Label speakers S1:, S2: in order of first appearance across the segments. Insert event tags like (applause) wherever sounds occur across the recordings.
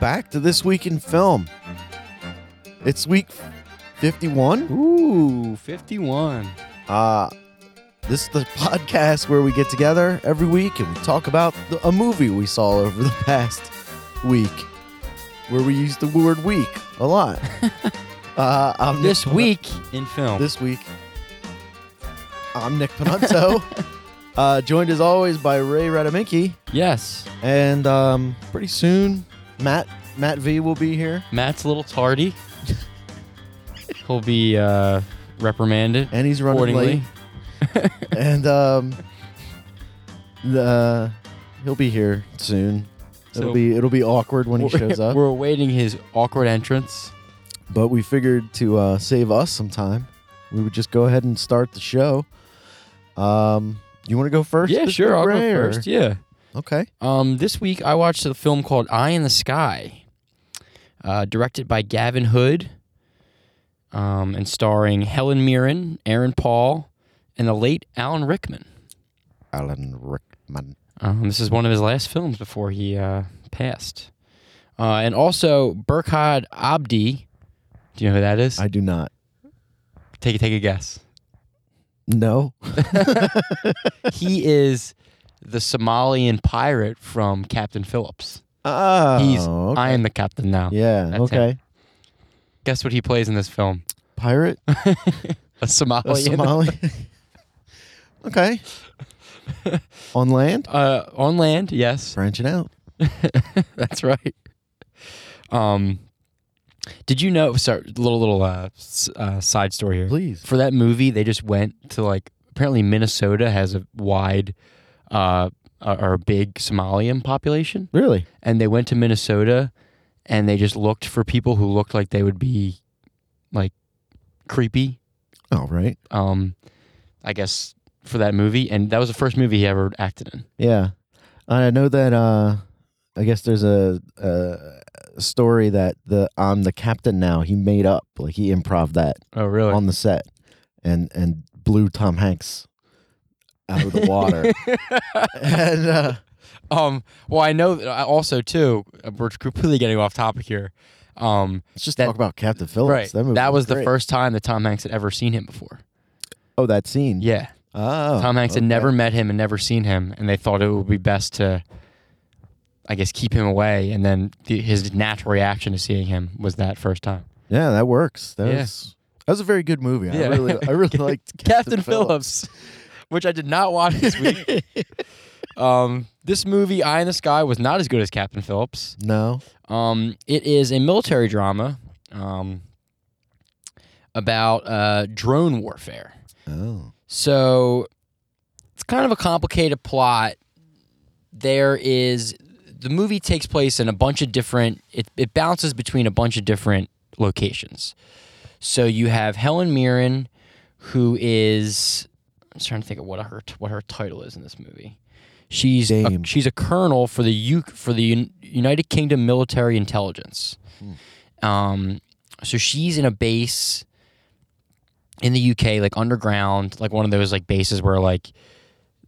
S1: back to This Week in Film. It's week 51.
S2: Ooh, 51.
S1: Uh, this is the podcast where we get together every week and we talk about the, a movie we saw over the past week, where we use the word week a
S2: (laughs)
S1: lot. uh, I'm Nick
S2: This
S1: Pino-
S2: week in film.
S1: This week, I'm Nick
S2: (laughs)
S1: Panunzo, uh, joined as always by Ray Radaminki.
S2: yes,
S1: And um, pretty soon, Matt Matt V will be here,
S2: Matt's a
S1: (laughs)
S2: little tardy. He'll be uh, reprimanded
S1: and he's running
S2: accordingly.
S1: late.
S2: (laughs)
S1: And um, the he'll be here soon. it'll
S2: So-
S1: be it'll be awkward when he
S2: We're- (laughs)
S1: shows up.
S2: We're awaiting his awkward entrance.
S1: But we figured to uh, save us some time, we would just go ahead and start the show. Um, you want to go first?
S2: yeah,
S1: this
S2: sure.
S1: week,
S2: I'll go
S1: Ray, or-
S2: first. Yeah.
S1: Okay.
S2: Um, this week I watched a film called Eye in the Sky, uh, directed by Gavin Hood, um, and starring Helen Mirren, Aaron Paul, and the late Alan Rickman.
S1: Alan Rickman.
S2: Um, this is one of his last films before he uh, passed. Uh, and also Burkhard Abdi. Do you know who that is?
S1: I do not.
S2: take a take a guess.
S1: No.
S2: (laughs) he is the Somalian pirate from Captain Phillips.
S1: Oh,
S2: He's
S1: okay.
S2: I am the captain now.
S1: yeah.
S2: Ah, That's
S1: okay.
S2: Guess what he plays in this film? (laughs)
S1: Pirate.
S2: A Somalian.
S1: A Somali. okay. On land,
S2: (laughs) Uh, on land, yes, (laughs)
S1: branching out.
S2: that's right. Um, did you know? Sorry, little little uh, s- uh, side story here.
S1: Please.
S2: For that movie, they just went to like apparently Minnesota has a wide uh, uh, or a big Somalian population,
S1: Really?
S2: and they went to Minnesota and they just looked for people who looked like they would be like creepy.
S1: Oh, right.
S2: Um, I guess for that movie, and that was the first movie he ever acted in.
S1: Yeah. I know that. Uh, I guess there's a, a story that the I'm the captain now. He made up, like he improv that
S2: Oh, really?
S1: on the set, and and blew Tom Hanks out of the water.
S2: (laughs)
S1: and uh,
S2: Um, well, I know that I also too. uh, We're completely getting off topic here. Um,
S1: let's just
S2: That-
S1: talk about Captain Phillips.
S2: right,
S1: That, movie
S2: that was the
S1: great.
S2: first time that Tom Hanks had ever seen him before.
S1: Oh, that scene.
S2: Yeah,
S1: Oh,
S2: Tom Hanks had
S1: okay.
S2: never met him and never seen him, and they thought it would be best to, I guess, keep him away. And then the, his natural reaction to seeing him was that first time.
S1: Yeah, that works. That
S2: Yeah.
S1: was that was a very good movie. I
S2: Yeah.
S1: really I
S2: (laughs)
S1: really liked
S2: (laughs) Captain Phillips, which I did not watch this week. (laughs) um, this movie, Eye in the Sky, was not as good as Captain Phillips.
S1: No.
S2: Um, it is a military drama um, about uh, drone warfare.
S1: Oh.
S2: So it's kind of a complicated plot. There is the movie takes place in a bunch of different. It, it bounces between a bunch of different locations. So you have Helen Mirren, who is I'm just trying to think of what her what her title is in this movie. She's a,
S1: Dame.
S2: she's a colonel for the U, for the Un, United Kingdom Military Intelligence. Um, so she's in a base in the UK, like underground, like one of those like bases where like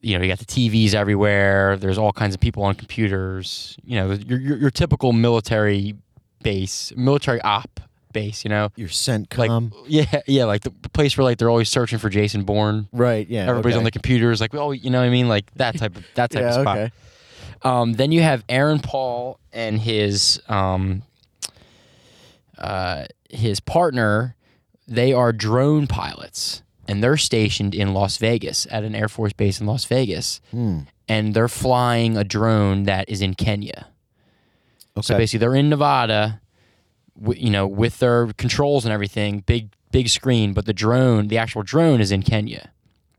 S2: you know you got the TVs everywhere. There's all kinds of people on computers. You know your your, your typical military base, military op base. You know,
S1: Your scent
S2: like
S1: com.
S2: yeah, yeah, like the place where like they're always searching for Jason Bourne.
S1: right, yeah.
S2: Everybody's on the computers, like oh, you know what I mean, like that type of that type of
S1: yeah,
S2: spot.
S1: okay.
S2: Um, then you have Aaron Paul and his um, uh, his partner. They are drone pilots, and they're stationed in Las Vegas at an Air Force base in Las Vegas,
S1: Hmm.
S2: and they're flying a drone that is in Kenya. So
S1: Okay.
S2: basically, they're in Nevada, w- you know, with their controls and everything, big big screen, but the drone, the actual drone, is in Kenya.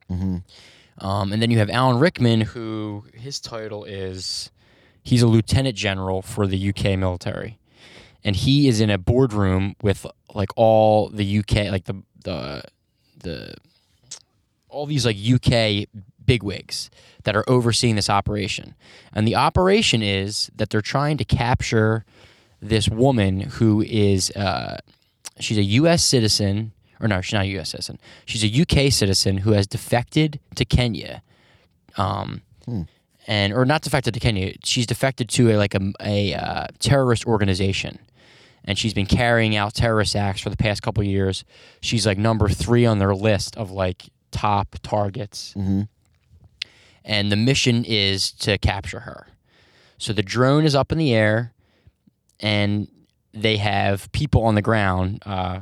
S1: Mhm.
S2: Um, and then you have Alan Rickman, who his title is he's a lieutenant general for the UK military, and he is in a boardroom with like all the UK, like the the the all these like UK bigwigs that are overseeing this operation. And the operation is that they're trying to capture this woman who is uh, she's a U.S. citizen, or no, she's not a U.S. citizen. She's a U.K. citizen who has defected to Kenya, um, and or not defected to Kenya. She's defected to a like a, a uh, terrorist organization, and she's been carrying out terrorist acts for the past couple years. She's like number three on their list of like top targets,
S1: Mhm.
S2: and the mission is to capture her. So the drone is up in the air, and they have people on the ground. Uh,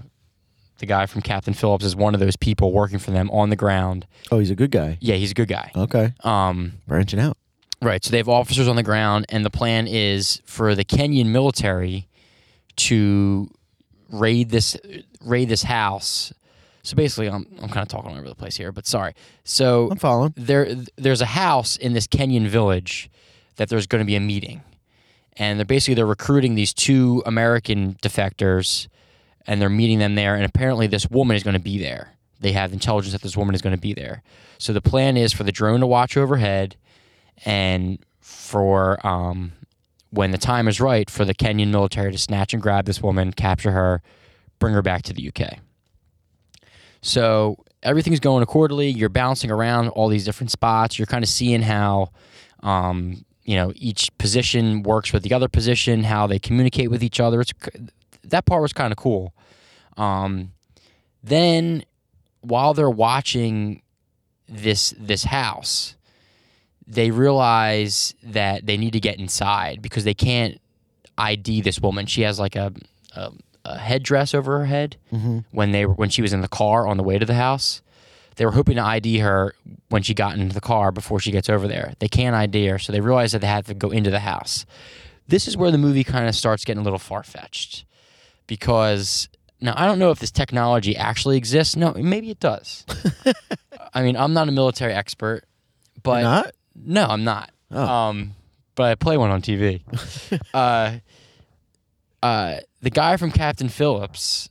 S2: the guy from Captain Phillips is one of those people working for them on the ground.
S1: Oh, he's a good guy.
S2: Yeah, he's a good guy.
S1: Okay.
S2: Um,
S1: Branching out.
S2: Right. So they have officers on the ground, and the plan is for the Kenyan military to raid this raid this house. So basically, I'm I'm kind of talking all over the place here, but sorry. So
S1: I'm following.
S2: there there's a house in this Kenyan village that there's going to be a meeting, and they're basically they're recruiting these two American defectors, and they're meeting them there. And apparently, this woman is going to be there. They have intelligence that this woman is going to be there. So the plan is for the drone to watch overhead, and for um, when the time is right, for the Kenyan military to snatch and grab this woman, capture her, bring her back to the UK. So everything's going accordingly. You're bouncing around all these different spots. You're kind of seeing how, um, you know, each position works with the other position, how they communicate with each other. It's c- that part was kind of cool. Um, then while they're watching this this house, they realize that they need to get inside because they can't ID this woman. She has like a a, a headdress over her head
S1: Mm-hmm.
S2: when they were, when she was in the car on the way to the house. They were hoping to ID her when she got into the car before she gets over there. They can't ID her, so they realize that they have to go into the house. This is where the movie kind of starts getting a little far fetched because now I don't know if this technology actually exists. No, maybe it does. I mean, I'm not a military expert, but
S1: Not.
S2: no, I'm not.
S1: Oh.
S2: Um, but I play one on TV. uh, uh, the guy from Captain Phillips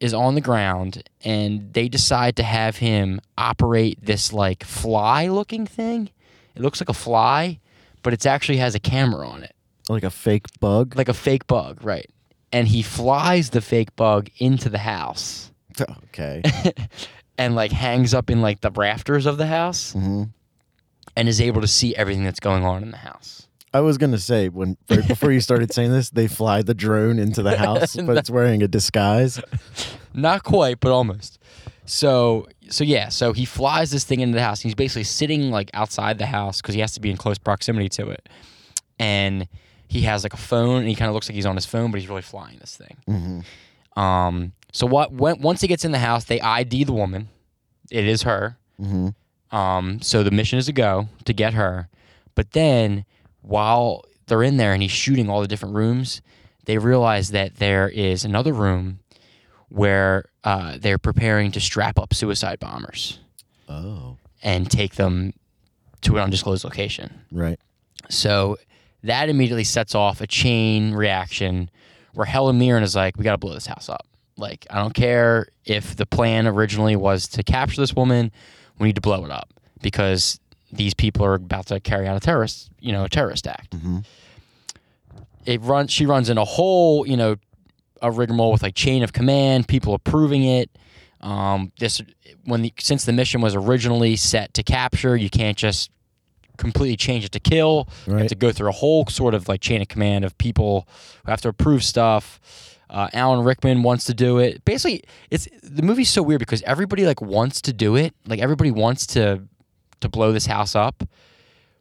S2: is on the ground, and they decide to have him operate this like fly-looking thing. It looks like a fly, but it actually has a camera on it,
S1: Like a fake bug.
S2: like a fake bug, right? And he flies the fake bug into the house
S1: (laughs) Okay.
S2: and like hangs up in like the rafters of the house
S1: hmm
S2: and is able to see everything that's going on in the house.
S1: I was gonna say when right before you started saying this, they fly the drone into
S2: (laughs)
S1: the house, but it's wearing a disguise.
S2: not quite, but almost. So, so yeah, so he flies this thing into the house. And he's basically sitting like outside the house because he has to be in close proximity to it, and he has like a phone, and he kind of looks like he's on his phone, but he's really flying this thing.
S1: Mm-hmm.
S2: Um, so what? When, once he gets in the house, they ID the woman. It is her.
S1: Mm-hmm.
S2: Um, so the mission is to go to get her. But then while they're in there and he's shooting all the different rooms, they realize that there is another room where uh, they're preparing to strap up suicide bombers
S1: Oh,
S2: and take them to an undisclosed location.
S1: right.
S2: So that immediately sets off a chain reaction where Helen Mirren is like, we got to blow this house up. Like, I don't care if the plan originally was to capture this woman, we need to blow it up because these people are about to carry out a terrorist, you know, a terrorist act.
S1: Mhm.
S2: It runs, she runs in a whole, you know, a rigmarole with like chain of command, people approving it. Um, this when the, since the mission was originally set to capture, you can't just completely change it to kill. You
S1: Right.
S2: have to go through a whole sort of like chain of command of people who have to approve stuff. Uh, Alan Rickman wants to do it. Basically, it's the movie's so weird because everybody like wants to do it. Like everybody wants to to blow this house up,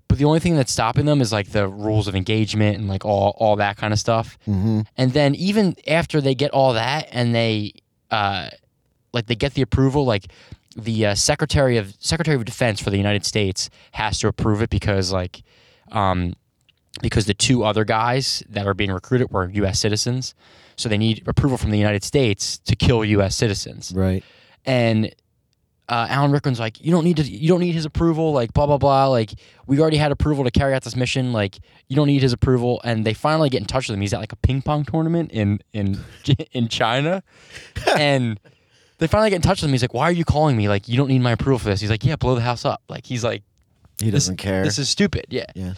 S2: but the only thing that's stopping them is like the rules of engagement and like all all that kind of stuff.
S1: Mm-hmm.
S2: And then even after they get all that and they uh, like they get the approval, like the uh, secretary of Secretary of Defense for the United States has to approve it because like um, because the two other guys that are being recruited were U.S. citizens, so they need approval from the United States to kill U.S. citizens
S1: Right.
S2: and uh, Alan Rickman's like, you don't need to, you don't need his approval, like blah blah blah, like we already had approval to carry out this mission, like you don't need his approval. And they finally get in touch with him. He's at like a ping pong tournament in in (laughs) in China, and they finally get in touch with him. He's like, why are you calling me? Like you don't need my approval for this. He's like, yeah, blow the house up. Like he's like,
S1: He doesn't care.
S2: this is stupid. Yeah.
S1: Yeah.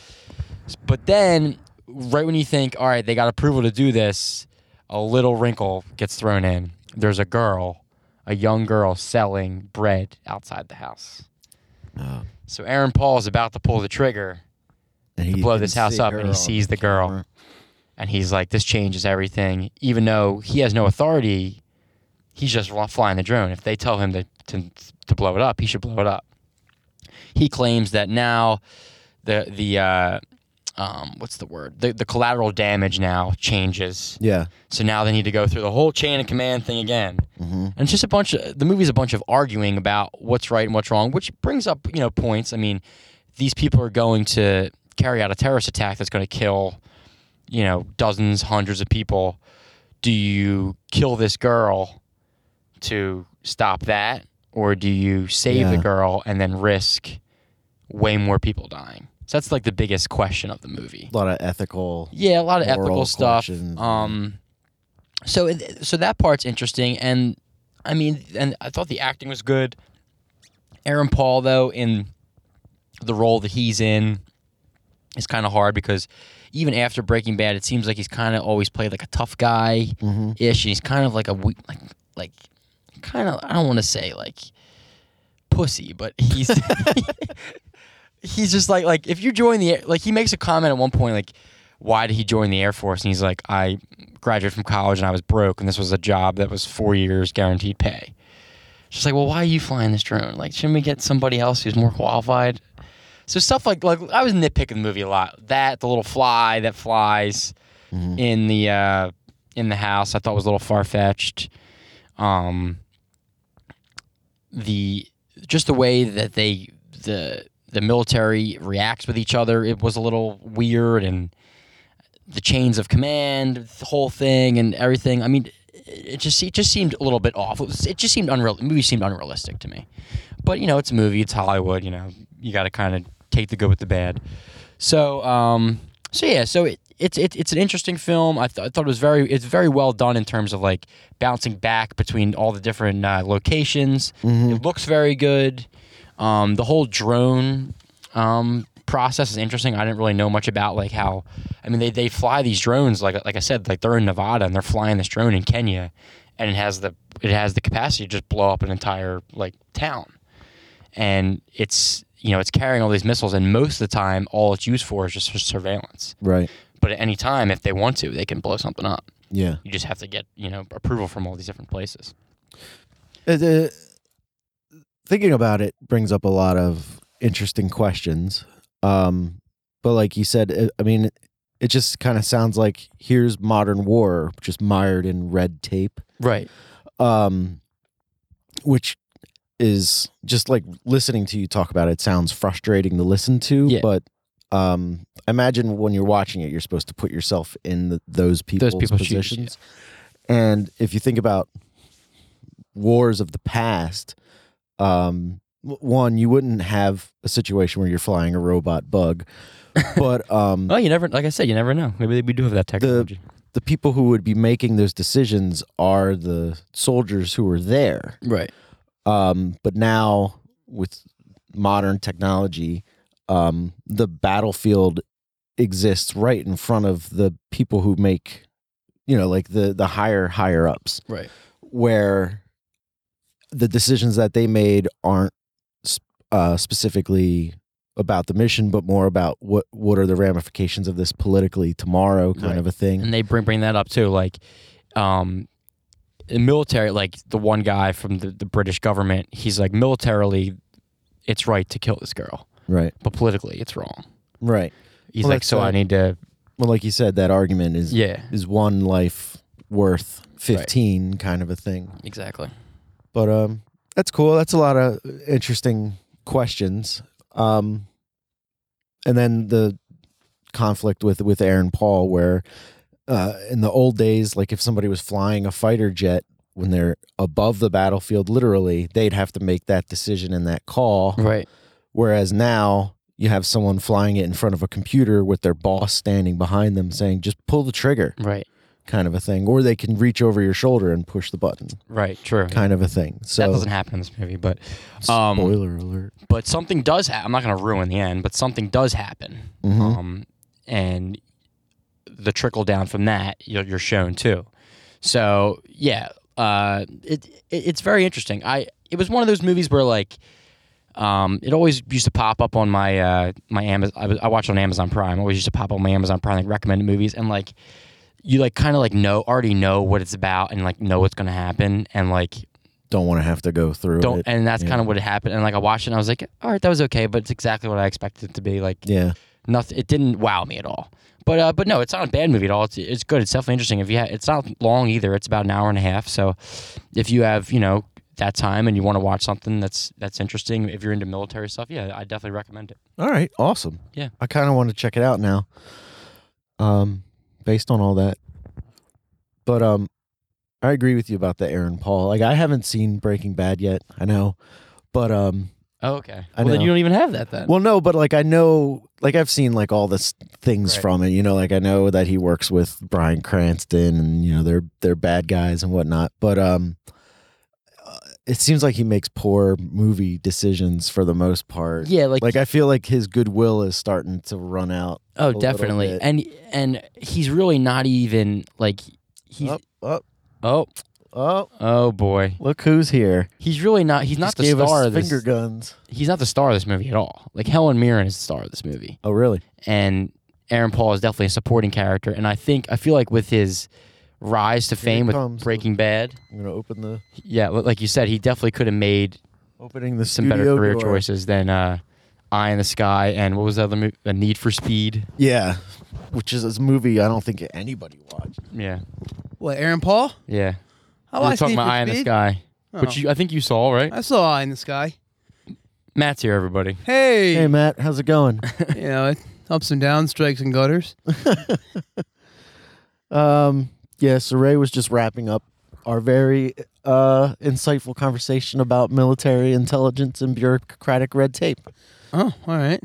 S2: But then, right when you think, all right, they got approval to do this, a little wrinkle gets thrown in. There's a girl, a young girl, selling bread outside the house.
S1: Oh.
S2: So Aaron Paul is about to pull the trigger,
S1: And
S2: to
S1: he
S2: blow
S1: can
S2: this house
S1: see
S2: up
S1: her
S2: and he
S1: on
S2: sees the girl
S1: camera.
S2: and he's like this changes everything even though he has no authority he's just fly- flying the drone if they tell him to, to, to blow it up he should blow it up he claims that now the the uh, um, what's the word the, the collateral damage now changes
S1: Yeah.
S2: so now they need to go through the whole chain of command thing again.
S1: Mhm.
S2: And it's just a bunch of the movie's a bunch of arguing about what's right and what's wrong, which brings up, you know, points. I mean, these people are going to carry out a terrorist attack that's going to kill, you know, dozens, hundreds of people. Do you kill this girl to stop that or do you save the
S1: Yeah.
S2: girl and then risk way more people dying? So that's like the biggest question of the movie.
S1: A lot of ethical.
S2: Yeah, a lot of
S1: moral
S2: ethical stuff.
S1: questions.
S2: Um, so it- so that part's interesting, and I mean, and I thought the acting was good. Aaron Paul, though, in the role that he's in, is kind of hard because even after Breaking Bad, it seems like he's kind of always played like a tough guy
S1: Mhm.
S2: ish, and he's kind of like a weak, like like kind of I don't want to say like pussy, but
S1: (laughs)
S2: he's (laughs) he's just like like if you join the like he makes a comment at one point like why did he join the air force and he's like I graduated from college and I was broke and this was a job that was four years guaranteed pay. She's like, well, why are you flying this drone? Like, shouldn't we get somebody else who's more qualified? So stuff like like I was nitpicking the movie a lot. That the little fly that flies in the uh, in the house I thought was a little far fetched. Um, the just the way that they the the military reacts with each other it was a little weird and the chains of command the whole thing and everything i mean it just it just seemed a little bit off it, was, it just seemed unreal the movie seemed unrealistic to me but you know it's a movie it's hollywood you know you got to kind of take the good with the bad so um so yeah so it, it's it's it's an interesting film I, th- I thought it was very it's very well done in terms of like bouncing back between all the different uh, locations it looks very good um the whole drone um process is interesting i didn't really know much about like how i mean they, they fly these drones like like i said like they're in nevada and they're flying this drone in kenya and it has the it has the capacity to just blow up an entire like town and it's you know it's carrying all these missiles and most of the time all it's used for is just for surveillance
S1: Right.
S2: but at any time if they want to they can blow something up
S1: Yeah.
S2: you just have to get you know approval from all these different places
S1: It, uh, thinking about it brings up a lot of interesting questions. Um, but like you said, it, I mean, it just kind of sounds like here's modern war, just mired in red tape,
S2: right
S1: um, which is just like listening to you talk about it sounds frustrating to listen to,
S2: Yeah.
S1: but. Um, I imagine when you're watching it, you're supposed to put yourself in the, those people's,
S2: people's shoes, yeah.
S1: positions. And if you think about wars of the past, um, w- one, you wouldn't have a situation where you're flying a robot bug, but um,
S2: well Oh, you never like i said you never know maybe we do have that technology
S1: the people who would be making those decisions are the soldiers who were there.
S2: right
S1: Um, but now with modern technology, um, the battlefield exists right in front of the people who make, you know, like the the higher higher ups.
S2: Right.
S1: Where the decisions that they made aren't sp- uh, specifically about the mission, but more about what what are the ramifications of this politically tomorrow, kind
S2: Right.
S1: of a thing.
S2: and they bring bring that up too. Like, um, the military, like the one guy from the, the British government, he's like militarily, it's right to kill this girl,
S1: right.
S2: but politically, it's wrong.
S1: Right.
S2: He's
S1: Well,
S2: like,
S1: that's,
S2: so
S1: uh,
S2: I need to,
S1: Well, like you said, that argument is
S2: yeah,
S1: is one life worth 15 kind of a thing
S2: exactly.
S1: but um that's cool that's a lot of interesting questions um and then the conflict with with aaron paul where uh in the old days like if somebody was flying a fighter jet when they're above the battlefield literally they'd have to make that decision and that call
S2: Right.
S1: Whereas now you have someone flying it in front of a computer with their boss standing behind them saying, just pull the trigger,
S2: Right.
S1: kind of a thing. Or they can reach over your shoulder and push the button,
S2: Right. True.
S1: kind of a thing.
S2: that
S1: So,
S2: doesn't happen in this movie, but um,
S1: spoiler alert.
S2: but something does happen. I'm not going to ruin the end, but something does happen.
S1: Mhm.
S2: Um, and the trickle down from that you're, you're shown too. So yeah, uh, it, it it's very interesting. I it was one of those movies where like Um, it always used to pop up on my uh, my Amazon. I, was- I watch on Amazon Prime. Always used to pop up on my Amazon Prime like recommended movies, and like you like kind of like know already know what it's about and like know what's gonna happen, and like
S1: Don't want to have to go through
S2: don't.
S1: it.
S2: And that's
S1: yeah.
S2: kind of what happened. And like I watched it, and I was like, all right, that was okay, but it's exactly what I expected it to be. Like
S1: yeah.
S2: nothing. It didn't wow me at all. But uh, but no, it's not a bad movie at all. It's, it's good. It's definitely interesting. If you ha- it's not long either. It's about an hour and a half. So if you have you know that time and you want to watch something that's that's interesting, if you're into military stuff, yeah, I definitely recommend it.
S1: All right. Awesome.
S2: Yeah.
S1: I kind of want to check it out now. Um, based on all that, but um, I agree with you about the Aaron Paul. Like I haven't seen Breaking Bad yet. I know, but um,
S2: Oh, okay.
S1: I
S2: well, then
S1: know.
S2: you don't even have that then.
S1: well, no, but like I know, like I've seen like all the s- things
S2: Right.
S1: from it. You know, like I know that he works with Brian Cranston, and you know they're they're bad guys and whatnot. But um, uh, it seems like he makes poor movie decisions for the most part.
S2: yeah, like,
S1: Like I feel like his goodwill is starting to run out.
S2: oh,
S1: little
S2: definitely.
S1: bit.
S2: And and he's really not even like he's
S1: Up, up,
S2: oh
S1: up.
S2: oh boy.
S1: Look who's here.
S2: He's really not. He's not
S1: Just
S2: the
S1: gave
S2: star
S1: us
S2: of this.
S1: finger guns.
S2: He's not the star of this movie at all. Like Helen Mirren is the star of this movie.
S1: Oh, really?
S2: and Aaron Paul is definitely a supporting character. And I think I feel like with his rise to fame
S1: comes
S2: with
S1: the-
S2: Breaking Bad,
S1: I'm gonna open the
S2: yeah, li- like you said, he definitely could have made
S1: opening the
S2: some better
S1: studio
S2: career
S1: door.
S2: choices than uh, Eye in the Sky and what was the other movie? A Need for Speed.
S1: Yeah, which is a movie I don't think anybody watched.
S2: Yeah,
S3: What, Aaron Paul?
S2: yeah.
S3: Oh, I
S2: we were
S3: watched
S2: talking
S3: Need
S2: about
S3: for
S2: Eye in the
S3: Speed.
S2: Sky,
S3: Oh.
S2: which you, I think you saw, right?
S3: I saw Eye in the Sky.
S2: Matt's here, everybody.
S3: Hey,
S1: Hey, Matt, how's it going?
S3: you know, it- ups and downs, strikes and gutters.
S1: um, yeah, so Ray was just wrapping up our very uh, insightful conversation about military intelligence and bureaucratic red tape.
S3: Oh, all right.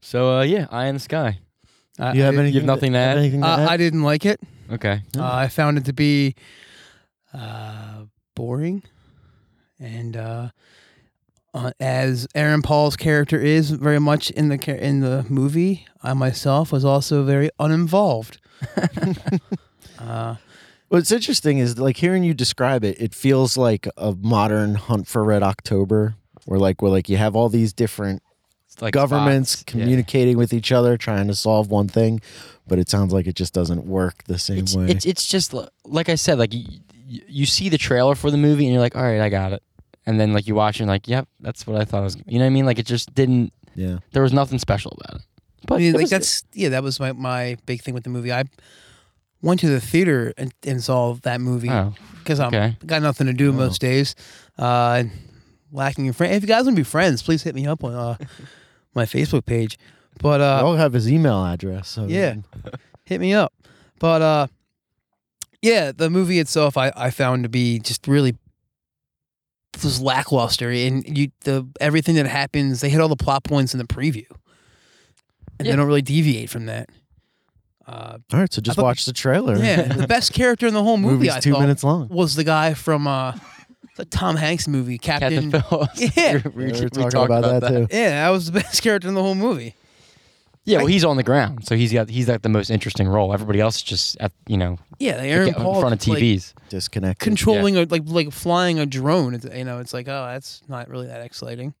S2: So uh, yeah, Eye in the Sky.
S3: I,
S1: Uh, You have
S3: I,
S1: anything?
S2: have nothing to
S1: have
S2: add?
S1: anything to
S3: I,
S1: add?
S3: Uh, I didn't like it.
S2: Okay.
S1: No.
S3: Uh, I found it to be uh, boring, and uh, uh, as Aaron Paul's character is very much in the cha- in the movie, I myself was also very uninvolved. uh,
S1: What's interesting is like hearing you describe it, it feels like a modern Hunt for Red October, where like where like you have all these different
S2: It's like
S1: governments
S2: spots. Yeah.
S1: communicating with each other trying to solve one thing but it sounds like it just doesn't work the same
S2: it's,
S1: way
S2: It's it's just li- like I said, like you, you see the trailer for the movie and you're like, all right, I got it, and then like you watch it and like, yep, that's what I thought it was. You know what I mean? Like it just didn't.
S1: yeah
S2: There was nothing special about it. But
S3: I mean,
S2: it
S3: like
S2: was-
S3: that's yeah, that was my, my big thing with the movie. I went to the theater and, and saw that movie
S2: oh,
S3: because
S2: okay.
S3: I'm got nothing to
S1: Oh.
S3: do most days. Uh, and lacking in friends. If you guys want to be friends, please hit me up on uh, my Facebook page. But uh,
S1: i'll have his email address so
S3: yeah, hit me up. But uh, yeah, the movie itself I, I found to be just really was lackluster, and you the everything that happens they hit all the plot points in the preview, and
S2: Yeah.
S3: they don't really deviate from that. Uh,
S1: all right so just
S3: thought-
S1: watch the trailer
S3: yeah,
S1: (laughs)
S3: the best character in the whole movie
S1: movie's
S3: I
S1: two
S3: thought
S1: minutes long
S3: was the guy from uh, the Tom Hanks movie
S2: Captain
S3: Captain.
S2: Phillips.
S3: (laughs) Yeah.
S1: we were talking about, that, too
S3: yeah, that was the (laughs) best character in the whole movie.
S2: Yeah, well, he's on the ground, so he's got he's got the most interesting role. Everybody else is just at you know
S3: Yeah, like Aaron
S2: in
S3: Paul
S2: front of
S3: just, like,
S2: TVs.
S1: disconnected
S3: controlling a like like flying a drone. It's, you know, it's like oh, that's not really that exciting.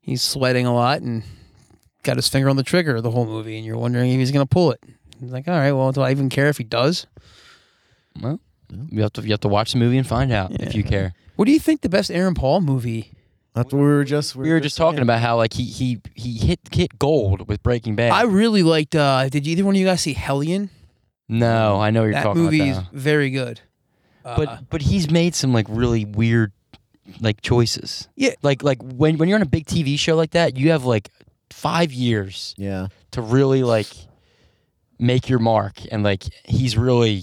S3: He's sweating a lot and got his finger on the trigger the whole movie, and you're wondering if he's gonna pull it. It's like, all right, well, do I even care if he does?
S2: well, you have to you have to watch the movie and find out if you care.
S3: What do you think the best Aaron Paul movie?
S1: that's what we were just
S2: We were just talking about how like he he he hit hit gold with Breaking Bad.
S3: I really liked. uh Did either one of you guys see Hellion?
S2: no, I know what you're
S3: Um, That
S2: talking about.
S3: movie is
S2: now.
S3: very good. Uh,
S2: but but he's made some like really weird like choices.
S3: Yeah.
S2: Like like when when you're on a big TV show like that, you have like five years
S1: yeah
S2: to really like make your mark, and like he's really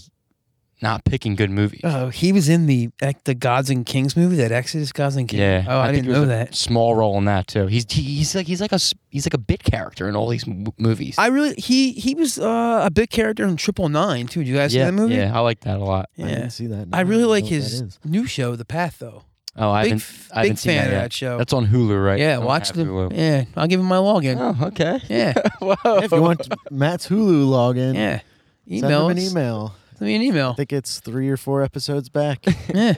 S2: not picking good movies.
S3: oh, he was in the like, the Gods and Kings movie, that Exodus Gods and Kings.
S2: Yeah,
S3: Oh, I,
S2: think
S3: didn't
S2: it was
S3: know
S2: a
S3: that.
S2: Small role in that too. He's he's like he's like a s- he's like a bit character in all these m- movies.
S3: I really he he was uh, a big character in Triple Nine too. Did you guys see
S2: yeah,
S3: that movie?
S2: yeah, I like that a lot.
S1: i
S3: Yeah.
S1: didn't see that No,
S3: I really
S1: don't
S3: like
S1: know what that
S3: his (laughs)
S1: is.
S3: new show, The Path, though.
S2: Oh, I
S3: big
S2: haven't
S3: f-
S2: I haven't
S3: big
S2: seen
S3: fan
S2: that
S3: of
S2: yet.
S3: that show.
S2: That's on Hulu, right? I
S3: yeah,
S2: don't
S3: watch
S2: have
S3: the.
S2: Hulu.
S3: Yeah, I'll give him
S2: (laughs)
S3: my login.
S2: Oh, okay.
S3: Yeah,
S2: Whoa.
S1: if you want Matt's Hulu login,
S3: yeah.
S1: send him
S3: Email.
S1: an
S3: us.
S1: email.
S3: Send me an email.
S1: I think it's three or four episodes back.
S3: yeah.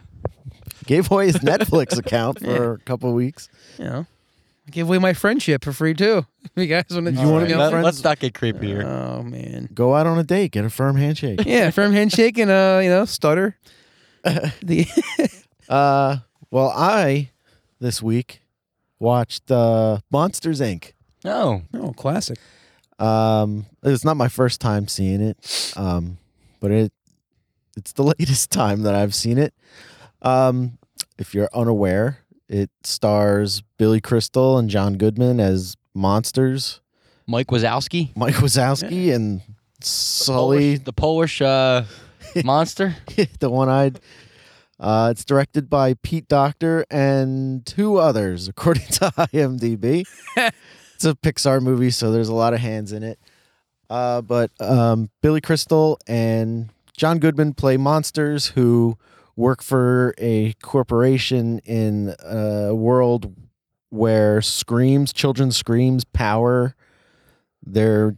S1: (laughs) Gave away his
S3: (laughs)
S1: Netflix account for
S3: Yeah.
S1: a couple of weeks.
S3: You know, I give away my friendship for free too. (laughs) You guys want to?
S1: You wanna be
S2: Let,
S1: friends?
S2: us not get creepier.
S3: Oh man.
S1: Go out on a date, get a firm handshake.
S3: (laughs) Yeah, firm handshake and uh, you
S2: (laughs)
S3: know, stutter. The (laughs)
S1: Uh, well, I this week watched uh, Monsters Inc.
S2: no.
S3: oh, classic.
S1: Um, it's not my first time seeing it, um, but it it's the (laughs) latest time that I've seen it. Um, if you're unaware, it stars Billy Crystal and John Goodman as monsters.
S2: Mike Wazowski,
S1: Mike Wazowski and Sully,
S2: the
S1: (laughs)
S2: Polish uh, monster.
S1: the one-eyed. Uh, it's directed by Pete Doctor and two others, according to (laughs) IMDb. it's a Pixar movie, so there's a lot of hands in it. Uh, but um, Billy Crystal and John Goodman play monsters who work for a corporation in a world where screams, children's screams, power their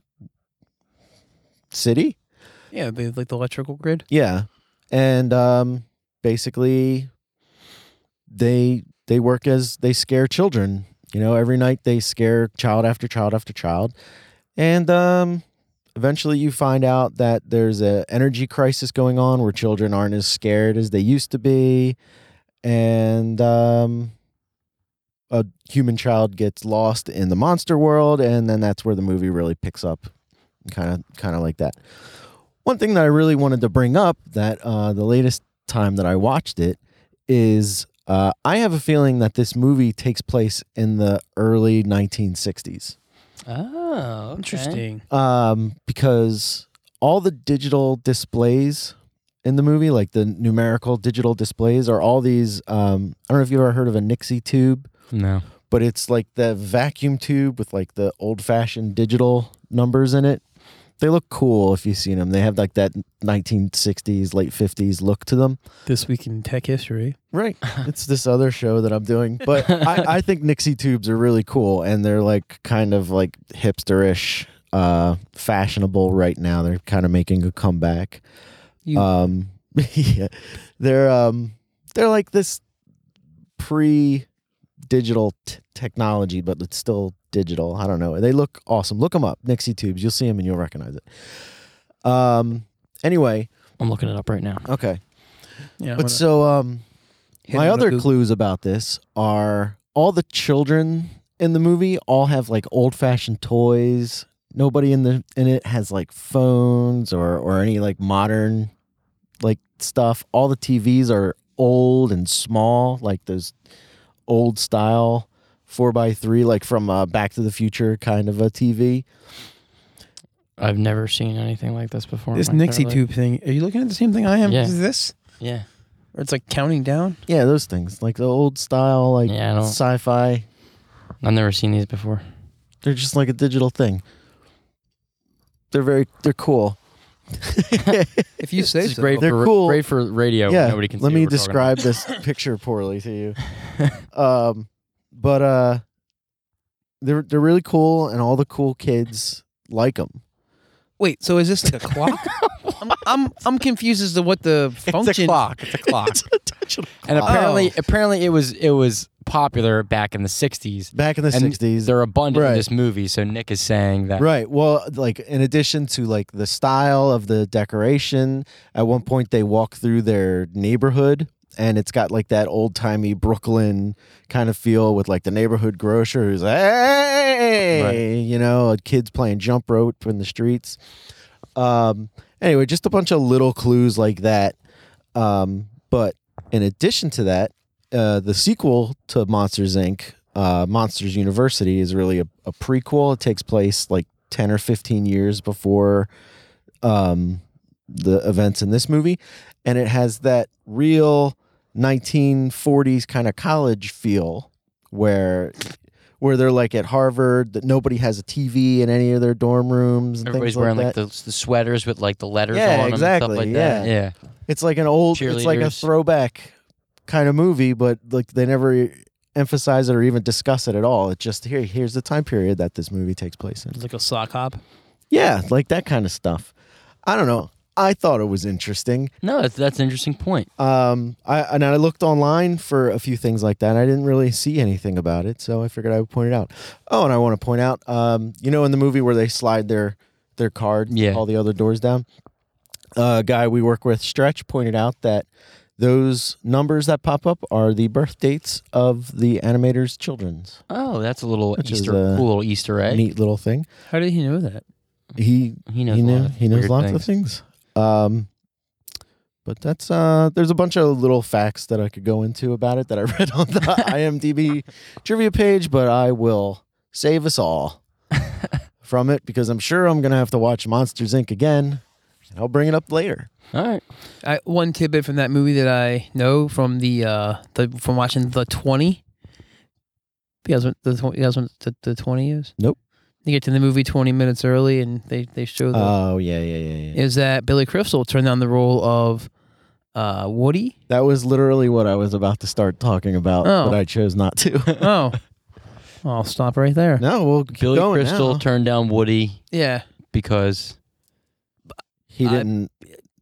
S1: city.
S3: Yeah, the like the electrical grid.
S1: Yeah. And um basically they they work as they scare children. You know, every night they scare child after child after child. And um eventually you find out that there's a energy crisis going on where children aren't as scared as they used to be and um a human child gets lost in the monster world and then that's where the movie really picks up kind of kind of like that one thing that I really wanted to bring up that uh, the latest time that I watched it is uh, I have a feeling that this movie takes place in the early 1960s
S2: Oh,
S3: Interesting.
S1: um, because all the digital displays in the movie, like the numerical digital displays, are all these. Um, I don't know if you've ever heard of a Nixie tube,
S2: No.
S1: but it's like the vacuum tube with like the old fashioned digital numbers in it. They look cool if you've seen them. They have like that 1960s, late 50s look to them.
S3: This week in tech history.
S1: Right. (laughs) it's this other show that I'm doing. But I, I think Nixie tubes are really cool and they're like kind of like hipsterish, uh, fashionable right now. They're kind of making a comeback.
S3: You-
S1: Um, (laughs) yeah. They're um they're like this pre digital t- technology, but it's still digital. I don't know. They look awesome. Look them up, Nixie tubes. You'll see them and you'll recognize it. Um. Anyway,
S2: I'm looking it up right now.
S1: okay.
S3: Yeah, I'm
S1: But
S3: gonna
S1: so um,
S3: hit
S1: my
S3: it on
S1: other
S3: Google.
S1: clues about this are all the children in the movie all have like old fashioned toys. Nobody in the in it has like phones or or any like modern like stuff. All the TVs are old and small, like those old style four by three, like from uh, Back to the Future kind of a TV.
S2: I've never seen anything like this before. in
S3: this
S2: my
S3: Nixie
S2: entire
S3: tube thing. Are you looking at the same thing I am?
S2: Yeah.
S3: Is this?
S2: life. Yeah.
S3: Or it's like counting down?
S1: Yeah, those things like the old style, like
S2: Yeah, I don't-
S1: sci-fi.
S2: I've never seen these before.
S1: They're just like a digital thing. They're very they're
S2: (laughs)
S1: cool.
S3: If you say
S2: This is
S3: so.
S2: great
S1: They're
S2: for
S1: cool.
S2: great for radio.
S1: yeah.
S2: Nobody can
S1: Let
S2: see
S1: me
S2: what we're talking about.
S1: describe
S2: (laughs)
S1: this picture poorly to you. Um, but uh, they're they're really cool, and all the cool kids like them.
S3: Wait, so is this like a clock?
S2: (laughs)
S3: I'm, I'm I'm confused as to what the function.
S2: clock. It's a clock. and
S3: clock.
S2: apparently,
S3: Oh.
S2: apparently, it was it was popular back in the '60s.
S1: Back in the
S2: And
S1: sixties,
S2: They're abundant
S1: Right.
S2: in this movie. So Nick is saying that
S1: right? Well, like in addition to like the style of the decoration, at one point they walk through their neighborhood. And it's got like that old timey Brooklyn kind of feel with like the neighborhood grocer who's hey, you know, kids playing jump rope in the streets. Um, anyway, just a bunch of little clues like that. Um, but in addition to that, uh, the sequel to Monsters Inc., uh, Monsters University, is really a, a prequel. It takes place like 10 or 15 years before um, the events in this movie. And it has that real 1940s kind of college feel where. Where they're like at Harvard, that nobody has a TV in any of their dorm rooms. And
S2: everybody's
S1: things like
S2: wearing
S1: that.
S2: like the, the sweaters with like the letters
S1: Yeah,
S2: on them
S1: exactly,
S2: and stuff like that.
S1: yeah.
S2: Yeah.
S1: It's like an old, it's like a
S2: Cheerleaders.
S1: throwback kind of movie, but like they never emphasize it or even discuss it at all. It just here, here's the time period that this movie takes place in.
S3: It's like a sock hop.
S1: Yeah, like that kind of stuff. I don't know. I thought it was interesting.
S2: No, that's, that's an interesting point.
S1: Um, I and I looked online for a few things like that. And I didn't really see anything about it, so I figured I would point it out. Oh, and I want to point out, um, you know, in the movie where they slide their their card,
S2: Yeah.
S1: all the other doors down. A guy we work with, Stretch, pointed out that those numbers that pop up are the birth dates of the animators' children's.
S2: Oh, that's a little
S1: Which is
S2: Easter,
S1: a
S2: cool little Easter egg.
S1: Neat little thing.
S3: How did he know that?
S1: He
S2: He knows.
S1: he
S2: a lot
S1: knows
S2: of
S1: he knows
S2: weird
S1: lots of things. Um, but that's uh, there's a bunch of little facts that I could go into about it that I (laughs) read on the
S2: (laughs)
S1: IMDb trivia page, but I will save us
S2: (laughs)
S1: all from it because I'm sure I'm gonna have to watch Monsters Inc. again, and I'll bring it up later.
S2: All right.
S3: I, one tidbit from that movie that I know from the uh the from watching the twenty. You guys, what the tw- you guys, what the, the twenty is?
S1: Nope.
S3: You get to the movie twenty minutes early, and they they show the
S1: Oh yeah, yeah, yeah, yeah.
S3: is that Billy Crystal turned down the role of uh Woody.
S1: That was literally what I was about to start talking about,
S3: Oh.
S1: but I chose not to.
S2: (laughs)
S3: Oh, (laughs) I'll stop right there.
S1: no, we'll keep
S2: Billy
S1: going
S2: Crystal
S1: now.
S2: turned down Woody
S3: Yeah,
S2: because
S1: he
S3: I-
S1: didn't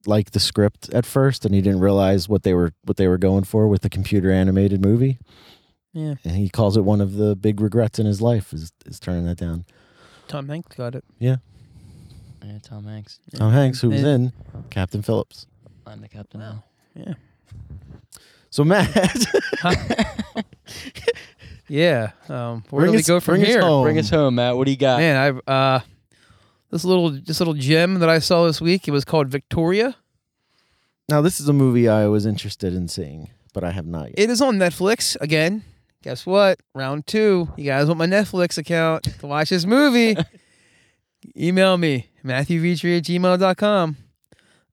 S1: like the script at first and he didn't realize what they were what they were going for with the computer animated movie
S3: yeah.
S1: and he calls it one of the big regrets in his life is, is turning that down
S3: Tom Hanks got it.
S2: yeah, Tom Hanks.
S1: tom hanks who was
S3: Yeah.
S1: in captain phillips
S2: I'm the captain
S3: Wow.
S2: now.
S1: so (laughs) matt
S3: Yeah. Um, where
S1: Bring
S3: do we
S1: us-
S3: go from
S1: bring us
S3: here?
S1: home.
S2: Bring us home, Matt. What do you got?
S3: Oh. Man, I uh, this little this little gem that I saw this week. It was called Victoria.
S1: now this is a movie i was interested in seeing but i have not yet
S3: It is on Netflix again. Guess what? Round two. You guys want my Netflix account to watch
S1: (laughs)
S3: this movie? Email me matthewvitry at gmail.com.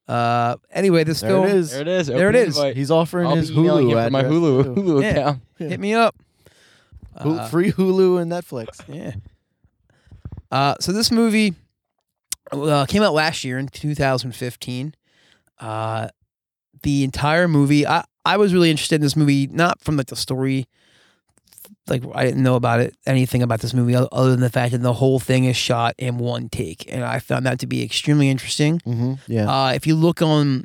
S3: Uh, anyway, this
S1: there
S3: film
S1: it is
S2: There it is.
S3: There it
S2: Open
S3: is.
S2: invite.
S1: he's offering
S2: I'll
S1: his
S2: be emailing
S1: hulu
S2: him for my
S1: address,
S2: Hulu (laughs)
S1: too.
S2: Hulu
S3: Yeah.
S2: account.
S3: hit me up.
S1: Hulu-
S3: Uh,
S1: free hulu and netflix
S3: Yeah. Uh, so this movie uh, came out last year in 2015. Uh, the entire movie, I, I was really interested in this movie, not from like the story. Like I didn't know about it anything about this movie o- other than the fact that the whole thing is shot in one take, and I found that to be extremely interesting.
S1: mm-hmm. yeah
S3: Uh, if you look on,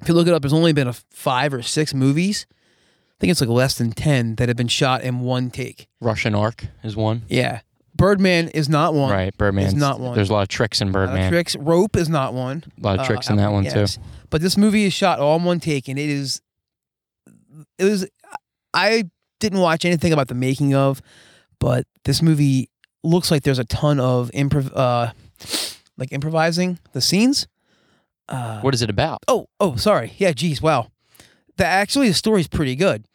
S3: if you look it up, there's only been a f- five or six movies. I think it's like less than ten that have been shot in one take.
S2: Russian Ark is one.
S3: Yeah. Birdman is not one.
S2: Right, Birdman.
S3: not one.
S2: There's a lot of tricks in
S3: A lot of
S2: Birdman.
S3: tricks. Rope is not one.
S2: A lot of
S3: Uh,
S2: tricks in that one too.
S3: yes. But this movie is shot all in one take, and it is. It was. I didn't watch anything about the making of, but this movie looks like there's a ton of improv, uh, like improvising the scenes. Uh,
S2: What is it about?
S3: Oh, oh, sorry. Yeah, geez, wow. The actually the story's pretty good.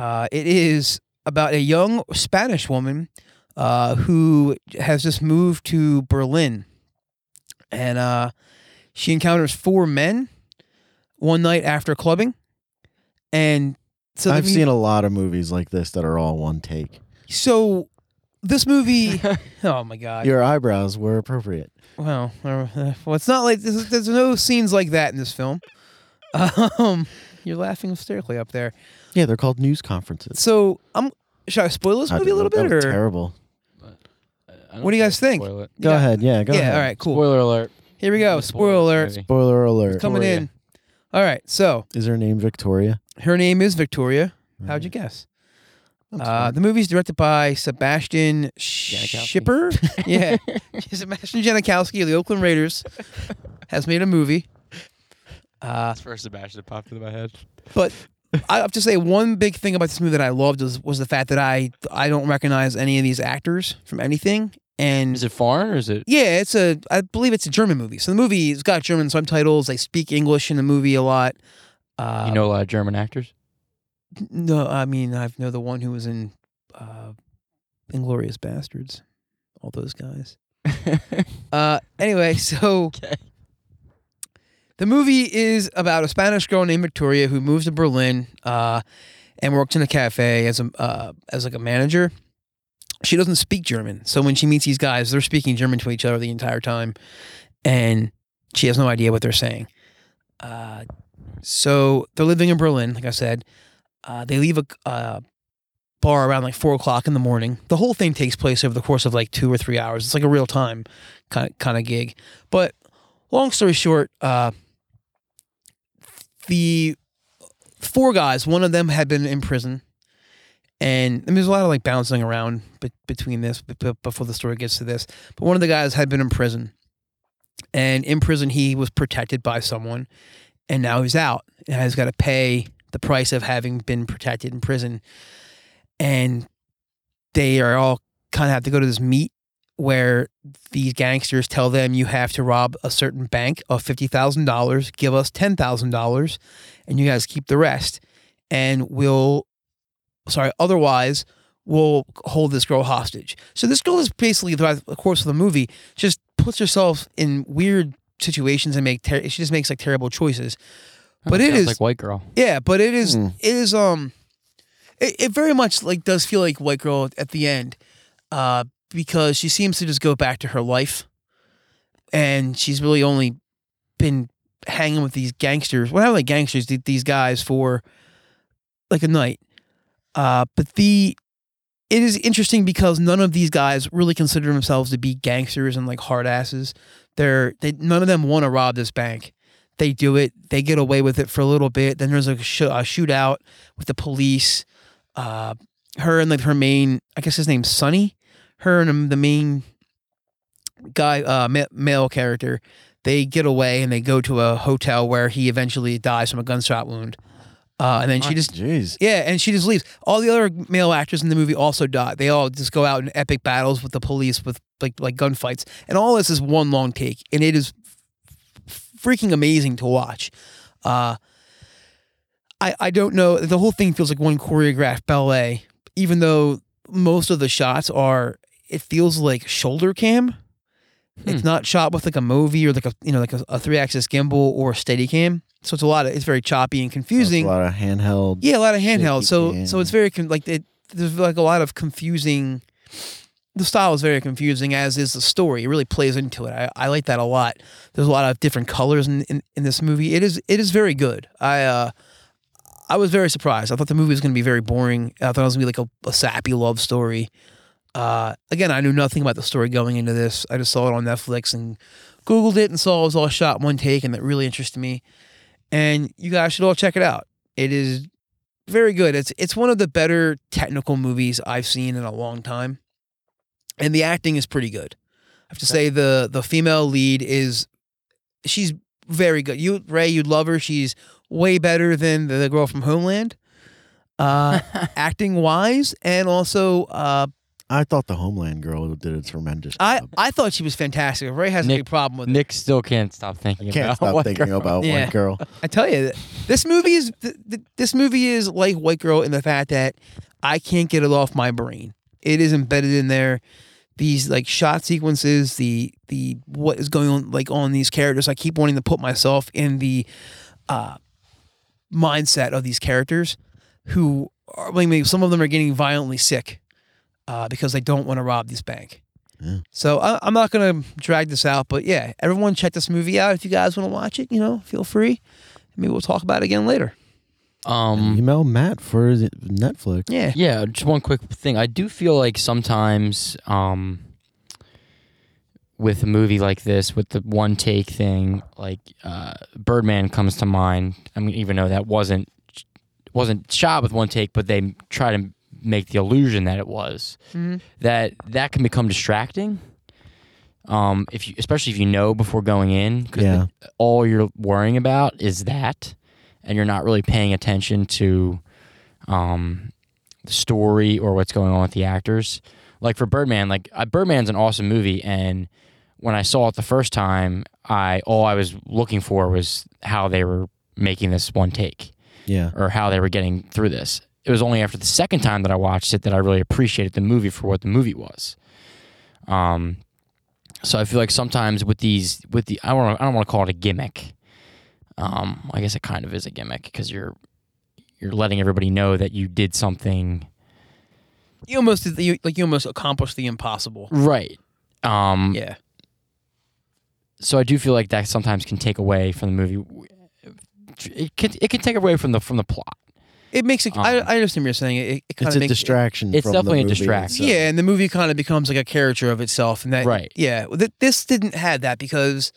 S3: Uh, it is about a young Spanish woman uh, who has just moved to Berlin, and uh, she encounters four men one night after clubbing, and so the
S1: i've
S3: mu-
S1: seen a lot of movies like this that are all one take
S3: so
S1: (laughs)
S3: this movie. oh my god.
S1: your eyebrows were appropriate
S3: Well, uh, uh, well, it's not like there's, there's no scenes like that in this film. (laughs) Um, you're laughing hysterically up there.
S1: yeah they're called news conferences
S3: So I'm. Should I spoil this
S1: I
S3: movie a
S1: don't
S3: little
S1: know.
S3: bit,
S1: That was
S3: or
S1: terrible.
S2: Uh,
S3: What do you guys think?
S2: Spoiler,
S1: Go
S3: Yeah.
S1: ahead. Yeah, go
S3: yeah?
S1: ahead.
S3: All right, cool.
S2: Spoiler alert.
S3: Here we go. Spoiler alert
S1: Spoiler alert.
S3: coming
S2: Victoria.
S3: in. All right, so
S1: Is her name Victoria?
S3: her name is Victoria. How'd you guess?
S1: I'm
S3: Uh,
S1: sorry.
S3: the movie's directed by Sebastian
S2: Janikowski.
S3: Shipper. yeah, Sebastian Janikowski of the Oakland Raiders has made a movie. Uh,
S2: That's first Sebastian that popped into my head.
S3: But I have to say one big thing about this movie that I loved was, was the fact that I I don't recognize any of these actors from anything. And
S2: Is it foreign or is it?
S3: yeah, it's a I believe it's a German movie. So the movie's got German subtitles. They speak English in the movie a lot. Uh,
S2: you know a lot of German (laughs) actors.
S3: no, I mean I know the one who was in uh, Inglorious Bastards, all those guys. Uh, anyway, (laughs) so
S2: Okay.
S3: the movie is about a Spanish girl named Victoria who moves to Berlin uh, and works in a cafe as a uh, as like a manager. She doesn't speak German, so when she meets these guys, they're speaking German to each other the entire time, and she has no idea what they're saying. Uh, so they're living in Berlin, like I said. Uh, they leave a uh, bar around like four o'clock in the morning. The whole thing takes place over the course of like two or three hours. It's like a real time kind of, kind of gig. But long story short, uh, the four guys, one of them had been in prison, and, and there's a lot of like bouncing around be- between this b- b- before the story gets to this. But one of the guys had been in prison, and in prison he was protected by someone, and now he's out and he's got to pay the price of having been protected in prison, and they are all kind of have to go to this meet where these gangsters tell them you have to rob a certain bank of $50,000, give us $10,000, and you guys keep the rest. And we'll, sorry, otherwise, we'll hold this girl hostage. So this girl is basically, throughout the course of the movie, just puts herself in weird situations and make, ter- she just makes like terrible choices. But it
S2: Sounds
S3: is,
S2: like white girl.
S3: yeah, but it is
S1: Hmm.
S3: it is um it, it very much like does feel like White Girl at the end. Uh because she seems to just go back to her life and she's really only been hanging with these gangsters. Well, not like gangsters, th- these guys for like a night. Uh but the it is interesting because none of these guys really consider themselves to be gangsters and like hard asses. They're they none of them want to rob this bank they do it. They get away with it for a little bit. Then there's a, sh- a shootout with the police. Uh, her and like her main, I guess his name's Sonny. Her and um, the main guy, uh, ma- male character, they get away and they go to a hotel where he eventually dies from a gunshot wound. Uh, and then she
S2: Alright.
S3: just
S1: Ah, Jeez.
S3: yeah, and she just leaves. All the other male actors in the movie also die. They all just go out in epic battles with the police with like like gunfights. And all this is one long take and it is f- freaking amazing to watch. Uh I I don't know, the whole thing feels like one choreographed ballet even though most of the shots are it feels like shoulder cam. It's not shot with like a movie or like a you know like a, a three axis gimbal or a steady cam. So it's a lot of it's very choppy and
S1: That's
S3: confusing.
S1: a lot of handheld.
S3: Yeah, a lot of handheld.
S1: Shaky
S3: So
S1: cam.
S3: so it's very con- like it, there's like a lot of confusing. The style is very confusing, as is the story. It really plays into it. I, I like that a lot. There's a lot of different colors in, in, in this movie. It is it is very good. I uh, I was very surprised. I thought the movie was going to be very boring. I thought it was going to be like a, a sappy love story. Uh, again, I knew nothing about the story going into this. I just saw it on Netflix and Googled it and saw it was all shot in one take, and that really interested me. And you guys should all check it out. It is very good. It's it's one of the better technical movies I've seen in a long time, and the acting is pretty good. I have to say the the female lead is she's very good. You Ray, you'd love her. She's way better than the, the girl from Homeland, uh, acting wise, and also uh,
S1: I thought the Homeland girl did a tremendous
S3: I
S1: job.
S3: I thought she was fantastic. Ray has a
S2: Nick-
S3: big problem with.
S2: Nick still can't stop thinking
S1: Can't
S2: about
S1: stop
S2: white
S1: thinking
S2: girl.
S1: about
S3: Yeah.
S1: one girl.
S3: I tell you, this movie is th- th- this movie is like White Girl in the fact that I can't get it off my brain. It is embedded in there. These like shot sequences, the the what is going on like on these characters. I keep wanting to put myself in the uh, mindset of these characters who are like maybe some of them are getting violently sick uh, because they don't want to rob this bank.
S1: Yeah.
S3: So I, I'm not gonna drag this out, but yeah, everyone check this movie out if you guys want to watch it. You know, feel free. Maybe we'll talk about it again later.
S2: Um,
S1: Email Matt for the Netflix.
S3: Yeah,
S2: yeah just one quick thing i do feel like sometimes um with a movie like this with the one take thing like uh birdman comes to mind i mean even though that wasn't wasn't shot with one take but they try to make the illusion that it was
S3: Mhm.
S2: that that can become distracting um if you especially if you know before going in 'cause
S1: Yeah.
S2: all you're worrying about is that and you're not really paying attention to um, the story or what's going on with the actors. Like for Birdman, like uh, Birdman's an awesome movie, and when I saw it the first time, I all I was looking for was how they were making this one take
S1: Yeah.
S2: or how they were getting through this. It was only after the second time that I watched it that I really appreciated the movie for what the movie was. Um, so I feel like sometimes with these, with the, I don't, I don't want to call it a gimmick. Um, I guess it kind of is a gimmick because you're, you're letting everybody know that you did something
S3: you almost did the- you, like you almost accomplished the impossible.
S2: right. Um,
S3: Yeah,
S2: so I do feel like that sometimes can take away from the movie. It can, it can take away from the from the plot.
S3: it makes it. I,
S2: Um,
S3: I understand what you're saying. It, it kind
S1: It's
S3: of
S1: a
S3: makes
S1: distraction.
S2: it's
S1: from
S2: definitely a
S1: the movie
S2: distraction.
S1: itself.
S3: Yeah, and the movie kind of becomes like a caricature of itself, and that
S2: Right.
S3: Yeah, th- this didn't have that because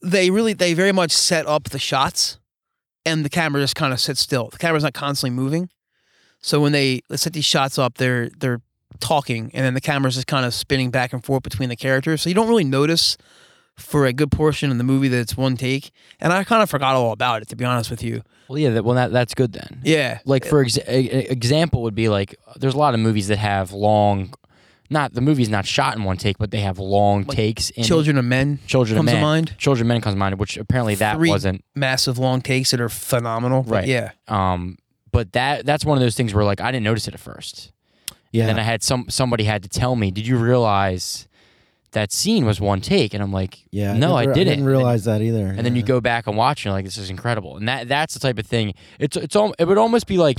S3: they really they very much set up the shots and the camera just kind of sits still. The camera's not constantly moving. So when they let's set these shots up, they're they're talking, and then the camera's just kind of spinning back and forth between the characters. So you don't really notice for a good portion of the movie that it's one take. And I kind of forgot all about it, to be honest with you.
S2: Well, yeah. That, well, that, that's good then.
S3: Yeah,
S2: Like for ex- a- a- example would be like there's a lot of movies that have long, not the movie's not shot in one take, but they have long
S3: Like
S2: takes. In it.
S3: Children of Men,
S2: Children
S3: comes
S2: of
S3: to
S2: Men.
S3: mind.
S2: Children of Men comes to mind, which apparently that
S3: Three.
S2: wasn't.
S3: massive long takes that are phenomenal. But
S2: Right.
S3: Yeah.
S2: Um, but that that's one of those things where like I didn't notice it at first.
S1: Yeah.
S2: And then I had some somebody had to tell me, did you realize that scene was one take? And I'm like,
S1: yeah.
S2: no, I
S1: never-
S2: didn't.
S1: didn't realize that either.
S2: And then you go back and watch, and you're like, this is incredible. And that that's the type of thing. It's it's al- it would almost be like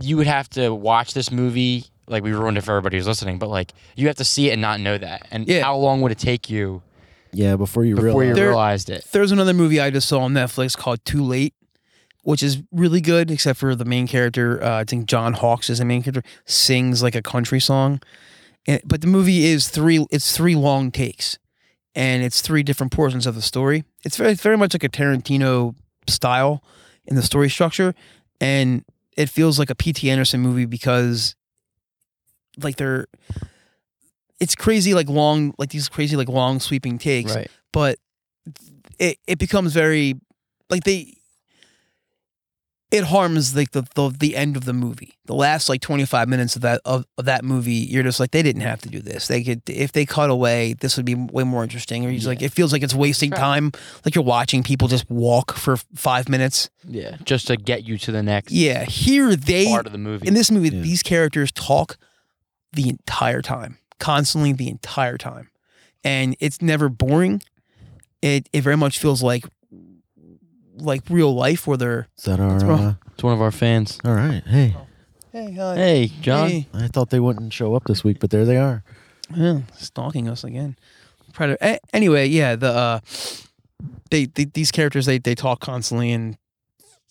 S2: you would have to watch this movie. Like we ruined it for everybody who's listening, but like you have to see it and not know that. And
S3: Yeah.
S2: how long would it take you
S1: Yeah, before you
S2: before
S1: realize.
S2: you
S3: There-
S2: realized it?
S3: There's another movie I just saw on Netflix called Too Late, which is really good, except for the main character. Uh, I think John Hawkes is the main character. Sings like a country song, and, but the movie is three. It's three long takes, and it's three different portions of the story. It's very, very much like a Tarantino style in the story structure, and it feels like a P.T. Anderson movie because, like, they're. It's crazy, like long, like these crazy, like long sweeping takes
S2: Right.
S3: but it it becomes very like they it harms like the, the the end of the movie. The last like 25 minutes of that of, of that movie, you're just like they didn't have to do this. They could if they cut away, this would be way more interesting. Or you just like it feels like it's wasting
S2: Right.
S3: time. Like you're watching people just walk for 5 minutes.
S2: Yeah. Just to get you to the next
S3: Yeah, here they
S2: part of the movie.
S3: in this movie
S1: Yeah.
S3: these characters talk the entire time constantly the entire time and it's never boring it it very much feels like like real life where they're
S1: Is that our, uh,
S3: wrong.
S2: it's one of our fans.
S1: all right. Hey,
S3: hey hi
S2: Hey, John.
S3: Hey.
S1: I thought they wouldn't show up this week, but there they are.
S3: Yeah, stalking us again predator a- anyway yeah the uh they, they these characters they they talk constantly and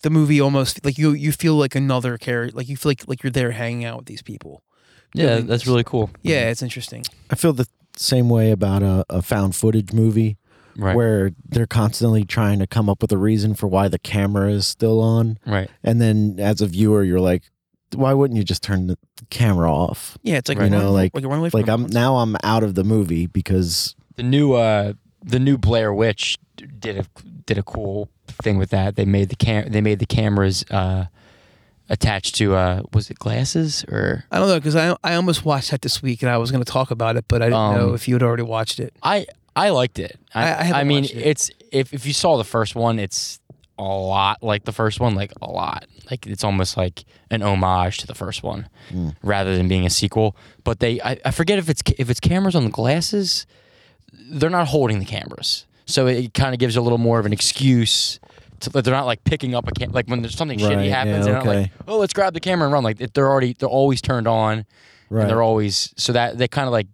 S3: the movie almost like you you feel like another character like you feel like like you're there hanging out with these people
S2: Yeah,
S3: doing
S2: that's
S3: this.
S2: really cool.
S1: Mm-hmm.
S3: yeah it's interesting
S1: I feel the same way about a, a found footage movie
S2: Right.
S1: where they're constantly trying to come up with a reason for why the camera is still on.
S2: right.
S1: And then as a viewer, you're like, why wouldn't you just turn the camera off?
S3: yeah it's like
S1: Right. You know,
S3: run-
S1: like-
S3: like, a runaway from
S1: Like
S3: a
S1: I'm
S3: monster.
S1: now I'm out of the movie because
S2: The new uh the new Blair Witch d- did a did a cool thing with that. They made the cam they made the cameras uh attached to uh was it glasses or
S3: I don't know because I I almost watched that this week and I was going to talk about it, but I didn't
S2: Um,
S3: know if you had already watched it.
S2: I I liked it.
S3: I- I haven't
S2: I mean,
S3: watched it.
S2: it's if if you saw the first one, it's a lot like the first one, like a lot. Like it's almost like an homage to the first one,
S1: Mm.
S2: rather than being a sequel. But they, I, I forget if it's ca- if it's cameras on the glasses, they're not holding the cameras, so it kind of gives you a little more of an excuse. To, that they're not like picking up a cam. Like when there's something
S1: Right,
S2: shitty happens,
S1: yeah,
S2: they're not like,
S1: okay.
S2: oh, let's grab the camera and run. Like they're already, they're always turned on,
S1: right.
S2: and they're always so that they kind of like.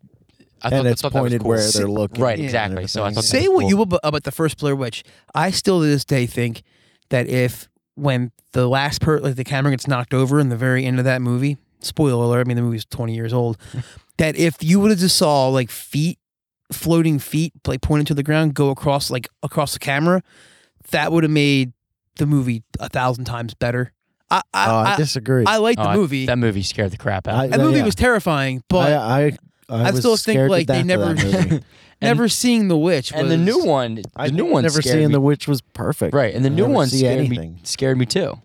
S2: I
S1: and
S2: thought,
S1: it's
S2: thought that was
S1: pointed
S2: cool.
S1: where they're looking.
S2: Right,
S1: and
S2: exactly. So I
S1: everything.
S2: thought that was
S3: Say what
S2: cool.
S3: you will ab- about the first Blair Witch. I still to this day think that if when the last per like the camera gets knocked over in the very end of that movie, spoiler alert, I mean the movie's twenty years old, that if you would have just saw like feet floating feet like pointed to the ground go across like across the camera, that would have made the movie a thousand times better. I I
S1: Oh, I
S3: I,
S1: disagree.
S3: I, like
S2: Oh,
S3: the
S2: I-
S3: movie.
S2: That movie scared the crap out.
S1: I-
S2: of me.
S3: that
S1: Yeah,
S3: movie
S1: yeah.
S3: was terrifying, but
S1: I, I, I,
S3: I
S1: was
S3: still think,
S1: scared to
S3: like,
S1: death
S3: they
S1: of
S3: never-
S1: that movie.
S3: never seeing the witch.
S2: and
S3: was,
S2: the new one, the
S1: I
S2: new one
S1: never
S2: scared
S1: seeing
S2: me.
S1: the witch was perfect.
S2: right, and the
S1: I
S2: new
S1: never
S2: one
S1: see
S2: scared me
S1: anything.
S2: scared me too.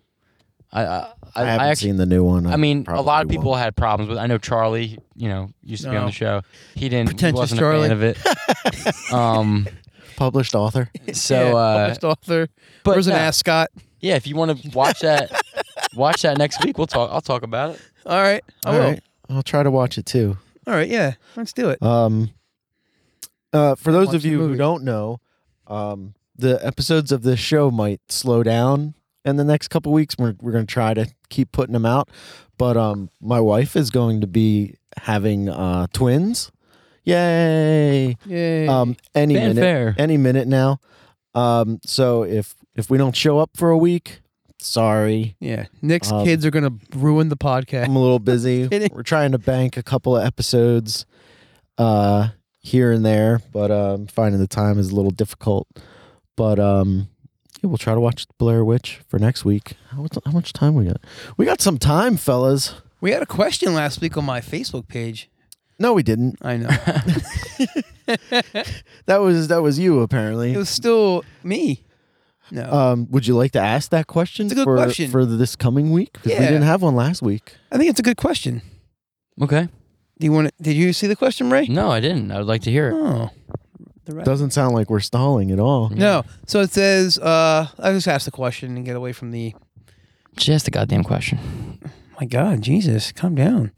S2: I I, I,
S1: I haven't
S2: I
S1: seen the new one.
S2: I mean, a lot of
S1: probably
S2: people had problems with. I know Charlie, you know, used to be on
S3: No.
S2: the show. He didn't. he
S3: Pretentious
S2: wasn't
S3: Charlie.
S2: a fan of it.
S3: (laughs)
S2: um.
S1: won't. published author.
S2: So,
S3: Yeah,
S2: uh,
S3: published author.
S2: but
S3: Where's an
S2: no.
S3: ascot?
S2: yeah, if you want to watch that, watch that next week. We'll talk. I'll talk about it.
S3: All right, I
S1: All
S3: will.
S1: right, I'll try to watch it too.
S3: All right, yeah, let's do it.
S1: Um, uh, for those
S3: Watch
S1: of
S3: the
S1: you who
S3: movie.
S1: don't know, um, the episodes of this show might slow down in the next couple weeks. We're we're gonna try to keep putting them out, but um, my wife is going to be having uh twins. Yay!
S3: Yay.
S1: Um, any minute,
S2: Fanfare.
S1: any minute now. Um, so if if we don't show up for a week, sorry.
S3: yeah, Nick's
S1: um,
S3: kids are gonna ruin the
S1: (laughs)
S3: podcast.
S1: I'm a little busy.
S3: Kidding.
S1: We're trying to bank a couple of episodes uh here and there, but um finding the time is a little difficult. But um Yeah, we'll try to watch Blair Witch for next week. How, much- how much time we got? We got some time, fellas.
S3: We had a question last week on my Facebook page.
S1: No, we didn't.
S3: I
S2: (laughs)
S3: know.
S1: That was that was you apparently.
S3: it was still me. No.
S2: Uh,
S1: um, would you like to ask that question
S3: It's a good
S1: for
S3: question.
S1: for this coming week? 'Cause we
S3: Yeah.
S1: didn't have one last week.
S3: I think it's a good question.
S2: Okay.
S3: Do you want to, did you see the question, Ray?
S2: No, I didn't. I would like to hear it.
S3: Oh. The right.
S1: Doesn't sound like we're stalling at all.
S3: No. So it says uh I just asked the question and get away from the
S2: Just a goddamn question.
S3: my god, Jesus, calm (laughs) down.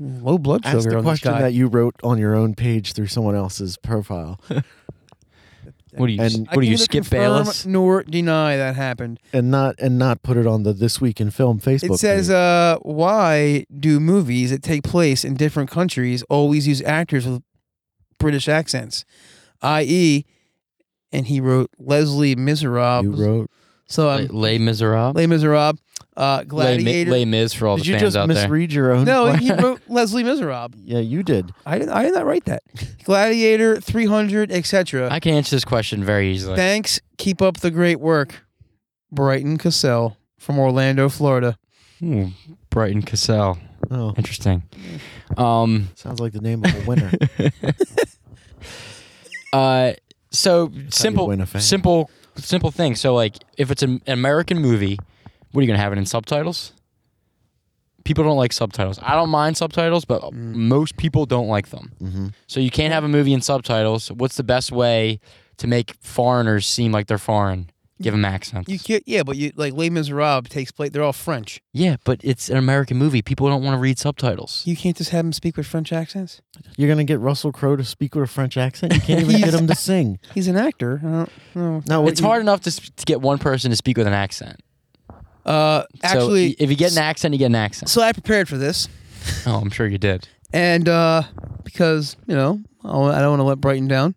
S3: Low blood sugar
S1: Ask the
S3: on this
S1: question
S3: guy.
S1: that you wrote on your own page through someone else's profile,
S2: What do you?
S1: And-
S2: what do
S3: I
S2: you?
S3: neither
S2: Skip
S3: confirm
S2: Bayless?
S3: Nor deny that happened.
S1: and not and not put it on the this week in film Facebook.
S3: It says,
S1: page.
S3: uh, why do movies that take place in different countries always use actors with British accents? I.e., and he wrote Leslie
S1: you
S3: Miserables.
S1: wrote.
S3: So
S2: Les,
S3: I'm
S2: Les Miserables.
S3: Les Miserables, uh,
S2: Les, Mi-
S3: Gladiator.
S2: Les Mis for all
S1: Did
S2: the
S1: you
S2: fans
S1: just
S2: out there.
S1: misread your own?
S3: no, he
S1: question?
S3: wrote Leslie Miserables.
S1: yeah, you did.
S3: I did, I did not write that. Gladiator, 300, etc.
S2: I can answer this question very easily.
S3: Thanks. Keep up the great work. Brighton Cassell from Orlando, Florida.
S2: Ooh, Brighton Cassell.
S1: Oh,
S2: Interesting. Um,
S1: sounds like the name of a (laughs) winner.
S2: uh, so
S1: win a
S2: simple,
S1: fan.
S2: simple, simple thing. So like, if it's an American movie, what are you gonna have it in subtitles? People don't like subtitles. I don't mind subtitles, but
S1: Mm.
S2: most people don't like them.
S1: Mhm.
S2: So you can't have a movie in subtitles. What's the best way to make foreigners seem like they're foreign? Give them accents.
S3: You can't, yeah, but you like Les Miserables takes place. They're all French.
S2: yeah, but it's an American movie. People don't want to read subtitles.
S3: You can't just have him speak with French accents.
S1: You're gonna get Russell Crowe to speak with a French accent. You can't even get him to sing.
S3: He's an actor. I don't know.
S1: No, what
S2: It's
S1: you-
S2: hard enough to, sp- to get one person to speak with an accent.
S3: Uh,
S2: so
S3: actually,
S2: i- if you get an accent, you get an accent.
S3: so I prepared for this,
S2: (laughs) Oh, I'm sure you did.
S3: and uh, because you know, I'll- I don't want to let Brighton down,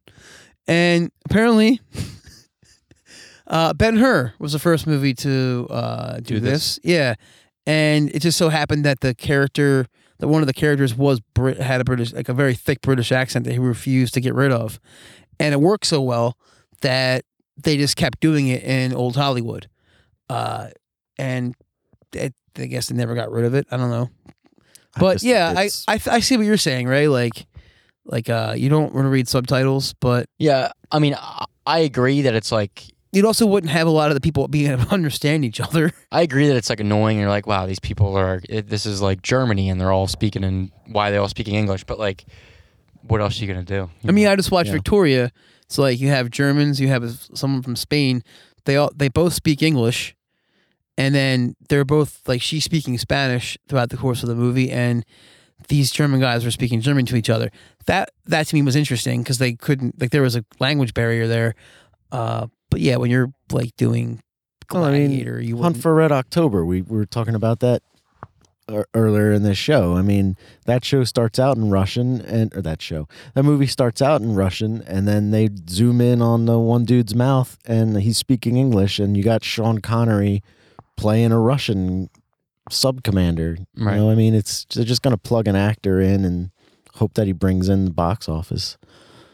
S3: and apparently, (laughs) uh, Ben Hur was the first movie to uh, do,
S2: Do
S3: this.
S2: this.
S3: Yeah, and it just so happened that the character, that one of the characters was Brit, had a British, like a very thick British accent that he refused to get rid of, and it worked so well that they just kept doing it in old Hollywood. Uh, and it, I guess they never got rid of it. I don't know.
S1: I
S3: But
S1: just think
S3: yeah, I,
S1: it's-
S3: I I see what you're saying, Ray. Like, like uh, you don't want to read subtitles, but
S2: Yeah, I mean, I, I agree that it's like
S3: you also wouldn't have a lot of the people being able to (laughs) understand each other.
S2: I agree that it's like annoying. You're like, wow, these people are. It, this is like Germany, and they're all speaking and why are they all speaking English? But like, what else are you gonna do?
S3: I mean, I just watched
S1: Mm-hmm. Yeah.
S3: Victoria. It's like you have Germans, you have someone from Spain. They all they both speak English, and then they're both like she's speaking Spanish throughout the course of the movie, and these German guys were speaking German to each other. That that to me was interesting because they couldn't like there was a language barrier there. Uh, but yeah, when you're like doing
S1: Well, I mean,
S3: gladiator, you
S1: Hunt
S3: wouldn't-
S1: for Red October. We, we were talking about that ear- earlier in this show. I mean, that show starts out in Russian, and or that show, that movie starts out in Russian, and then they zoom in on the one dude's mouth, and he's speaking English, and you got Sean Connery playing a Russian sub commander.
S2: Mm, Right.
S1: You know, what I mean, it's they're just gonna plug an actor in and hope that he brings in the box office.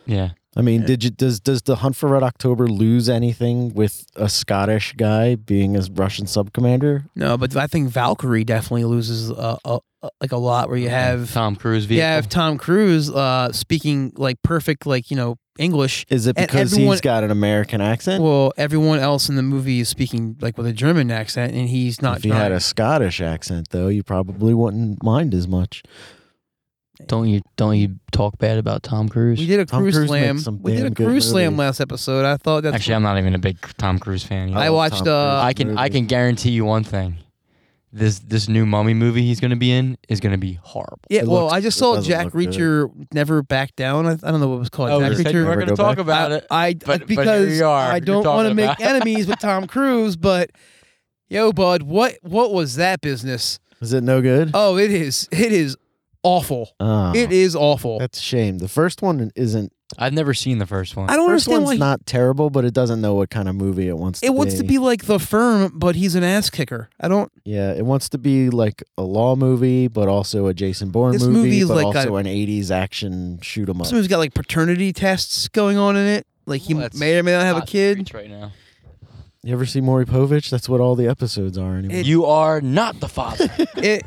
S2: yeah,
S1: I mean, did you does does the Hunt for Red October lose anything with a Scottish guy being a Russian sub commander?
S3: no, but I think Valkyrie definitely loses uh, uh, uh, like a lot where you have
S2: Tom Cruise
S3: You
S2: vehicle.
S3: have Tom Cruise uh, speaking like perfect, like you know English.
S1: Is it
S3: And
S1: because
S3: everyone-
S1: he's got an American accent?
S3: Well, everyone else in the movie is speaking like with a German accent, and he's not.
S1: if he had
S3: trying.
S1: a Scottish accent, though, you probably wouldn't mind as much.
S2: Don't you? Don't you talk bad about Tom Cruise?
S3: we did a
S1: Tom
S3: cruise
S1: Cruise
S3: slam.
S1: makes some
S3: We did a
S1: damn good
S3: cruise slam
S1: movies.
S3: last episode. I thought that's
S2: Actually, I'm not even a big Tom Oh, Cruise fan.
S3: I
S2: Either.
S1: love
S3: watched,
S1: Tom
S3: uh,
S1: Cruise
S2: I can. I
S1: movies.
S2: can guarantee you one thing. This this new Mummy movie he's gonna be in is gonna be horrible.
S3: yeah.
S1: it
S3: Well,
S1: looks-
S3: I just
S1: it
S3: saw
S1: doesn't
S3: Jack
S1: look good.
S3: Reacher never back down. I, I don't know what it was called.
S2: Oh,
S3: Jack
S2: you said you
S3: Reacher.
S2: weren't
S1: Never
S2: gonna
S1: go
S2: talk
S1: back?
S2: about
S3: I,
S2: it.
S3: I
S2: but- but
S3: because
S2: here you are.
S3: I
S2: You're
S3: don't want to
S2: talking
S3: make
S2: about it.
S3: enemies with Tom Cruise, but yo, bud, what what was that business?
S1: Is it no good?
S3: Oh, it is it is awful.
S1: Oh,
S3: It is awful.
S1: That's a shame. The first one isn't.
S2: I've never seen the first one.
S3: I don't
S1: First
S3: understand
S1: one's
S3: why he-
S1: not terrible, but it doesn't know what kind of movie it wants.
S3: It
S1: to
S3: wants to be like the firm, but he's an ass kicker. I don't.
S1: Yeah, it wants to be like a law movie, but also a Jason Bourne
S3: This
S1: movie,
S3: movie is
S1: but
S3: like
S1: also
S3: a-
S1: an '80s action shoot 'em up.
S3: Someone's got like paternity tests going on in it. Like he
S2: Well, that's
S3: may or may not have a
S2: Hot
S3: kid.
S2: reach right now.
S1: You ever see Maury Povich? That's what all the episodes are anymore.
S3: It-
S2: You are not the
S3: (laughs)
S2: father.
S3: It,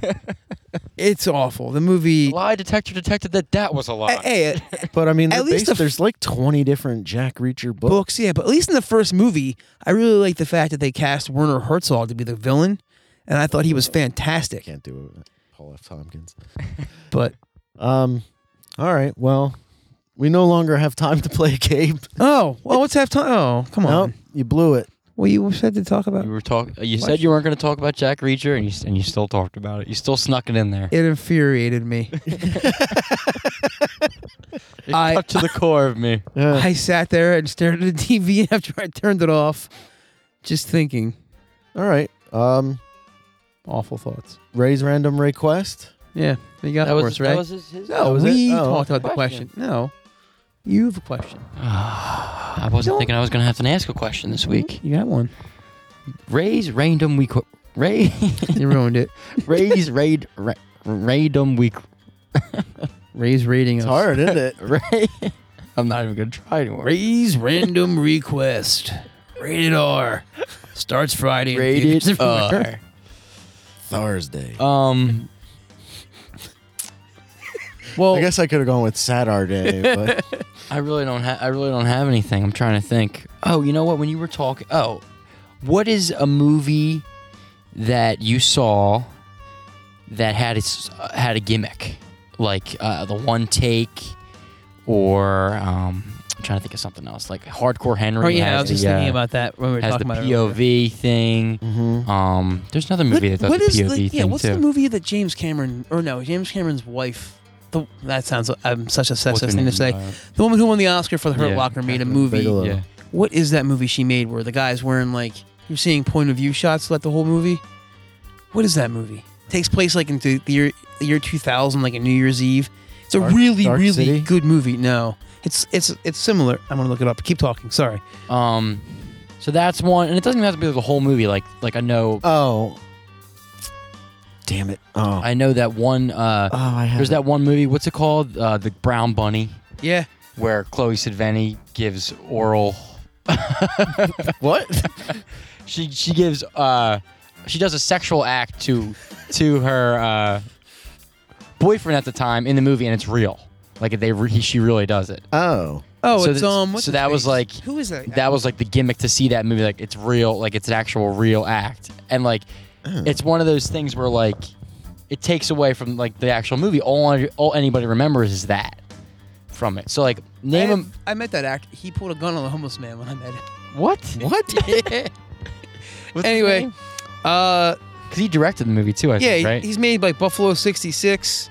S3: it's awful. The movie.
S2: lie detector detected that that was a lie.
S3: Hey,
S1: but I mean,
S3: At
S1: at
S3: least
S1: least
S3: the f-
S1: there's like 20 different Jack Reacher books.
S3: books, yeah, but at least in the first movie, I really like the fact that they cast Werner Herzog to be the villain, and I thought he was fantastic.
S1: Can't do it. With Paul F. Tompkins.
S3: But
S1: Um. All right. Well, we no longer have time to play a game.
S3: oh, well, let's have time. Oh, come on.
S1: Nope, you blew it.
S3: What you said to talk about?
S2: You were talk. You
S3: What?
S2: said you weren't going to talk about Jack Reacher, and you s- and you still talked about it. You still snuck it in there.
S3: It
S1: (laughs)
S3: infuriated me.
S2: It
S3: I-
S2: cut
S3: (laughs)
S2: to the core of me.
S1: Yeah.
S3: I sat there and stared at the TV (laughs) after I turned it off, just thinking
S1: all right. Um.
S3: awful thoughts.
S1: Ray's random request.
S3: Yeah, you got
S2: That was,
S3: worse,
S2: that
S3: right?
S2: was his. his
S3: no,
S1: that was it?
S3: we
S1: Oh,
S3: talked about
S2: question.
S3: the question. No, you have a question.
S2: I wasn't
S3: Don't-
S2: thinking I was going to have to ask a question this week.
S3: You got one. Mm-hmm.
S2: Ray's random week. Ray. (laughs)
S3: You ruined it.
S2: Ray's raid. Ra- random week.
S3: Raise rating.
S1: It's
S3: us.
S1: hard, isn't it?
S2: (laughs) Ray. I'm not even going to try anymore.
S3: Raise random request. Rated R. Starts Friday. in
S2: Rated
S3: theaters
S2: R.
S3: (laughs) everywhere.
S1: Thursday.
S3: (laughs)
S2: Um. Oh.
S3: Well,
S1: I guess I could have gone with Saturday, but
S2: I really don't have. I really don't have anything. I'm trying to think. Oh, you know what? When you were talking, oh, what is a movie that you saw that had its uh, had a gimmick, like uh, the one take, or um, I'm trying to think of something else, like Hardcore Henry.
S3: oh yeah, I
S2: has
S3: was just
S2: the,
S3: thinking
S2: uh,
S3: about that when we were
S2: has the
S3: talking about it earlier.
S2: POV thing.
S1: Mhm.
S2: Um, there's another movie that does
S3: what
S2: the
S3: is
S2: POV
S3: the,
S2: thing
S3: yeah? What's
S2: too.
S3: the movie that James Cameron or no James Cameron's wife? The, that sounds. I'm such a
S2: What's her
S3: sexist thing to
S2: name?
S3: say.
S2: Uh,
S3: The woman who won the Oscar for the Hurt
S2: Yeah,
S3: Locker made a
S1: Catherine
S3: movie.
S1: Bigelow.
S2: yeah.
S3: What is that movie she made where the guy's wearing like you're seeing point of view shots throughout the whole movie? What is that movie? takes place like in the the year, the year 2000, like a New Year's Eve. It's a
S1: Dark-
S3: really
S1: Dark
S3: really
S1: City?
S3: good movie. No, it's it's it's similar. I'm gonna look it up. Keep talking. Sorry.
S2: Um, so that's one, and it doesn't even have to be like the whole movie. Like, like I know,
S1: oh, damn it! Oh,
S2: I know that one. Uh,
S1: oh, I have.
S2: there's that one movie. What's it called? Uh, the Brown Bunny,
S3: Yeah.
S2: where Chloe Sevigny gives oral. (laughs)
S1: what?
S2: She she gives uh, she does a sexual act to to her uh, boyfriend at the time in the movie, and it's real. Like they re- he, she really does it.
S1: Oh,
S3: Oh,
S2: So
S3: it's
S2: that's-
S3: um. What's
S2: so
S3: his
S2: that was
S3: face?
S2: like-
S3: who is that?
S2: That was like the gimmick to see that movie. Like it's real. Like it's an actual real act, and like
S3: Oh.
S2: it's one of those things where like it takes away from like the actual movie. All all anybody remembers is that from it. So like
S3: I,
S2: name
S3: have-
S2: him
S3: I met that actor. He pulled a gun on a homeless man when I met him.
S2: what (laughs)
S3: (laughs)
S1: what?
S3: Anyway, uh,
S2: because he directed the movie too. I
S3: yeah,
S2: think,
S3: he-
S2: right? (laughs)
S3: he's made like Buffalo '66.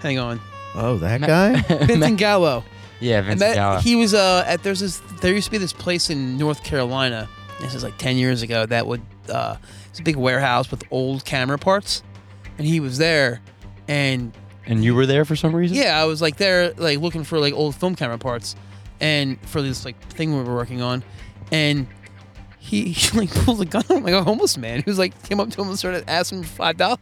S3: Hang on,
S1: Oh, that
S2: Ma-
S1: guy.
S3: Vincent Gallo.
S2: yeah,
S3: And
S2: Vincent
S3: that
S2: Gallo.
S3: he was uh at there's this there used to be this place in North Carolina. This is like ten years ago. That would uh it's a big warehouse with old camera parts, and he was there, and
S2: and you were there for some reason.
S3: yeah, I was like there like looking for like old film camera parts, and for this like thing we were working on, and. He, (laughs) he like pulled a gun on like a homeless man who's like came up to him and started asking him for five dollars.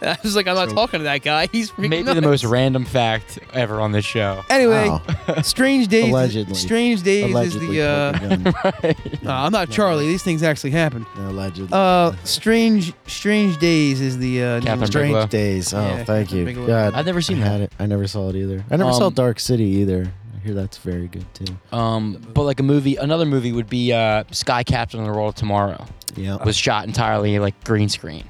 S3: And I was like, I'm not
S1: So-
S3: talking to that guy. He's freaking
S2: Maybe the
S3: nuts."
S2: most random fact ever on this
S3: (laughs)
S2: show.
S3: Anyway,
S1: Wow.
S3: strange days.
S1: Allegedly.
S3: strange days
S1: Oh, Allegedly.
S3: is the uh,
S1: poked
S3: (laughs)
S1: a gun.
S3: No, Uh, I'm not Charlie. These things actually happen.
S1: Allegedly.
S3: Uh, strange, strange days is the uh, name.
S2: Catherine
S1: Strange
S2: Bigelow.
S1: days. Oh,
S3: Yeah,
S1: thank
S3: Catherine
S1: you.
S3: Bigelow.
S1: God,
S2: I've never
S1: I
S2: seen
S1: had
S2: that.
S1: it. I never saw it either. I never saw
S2: Um,
S1: Dark City either. I hear that's very good too.
S2: Um, but like a movie, another movie would be uh, Sky Captain on the World Tomorrow.
S1: Yeah.
S2: was shot entirely like green screen.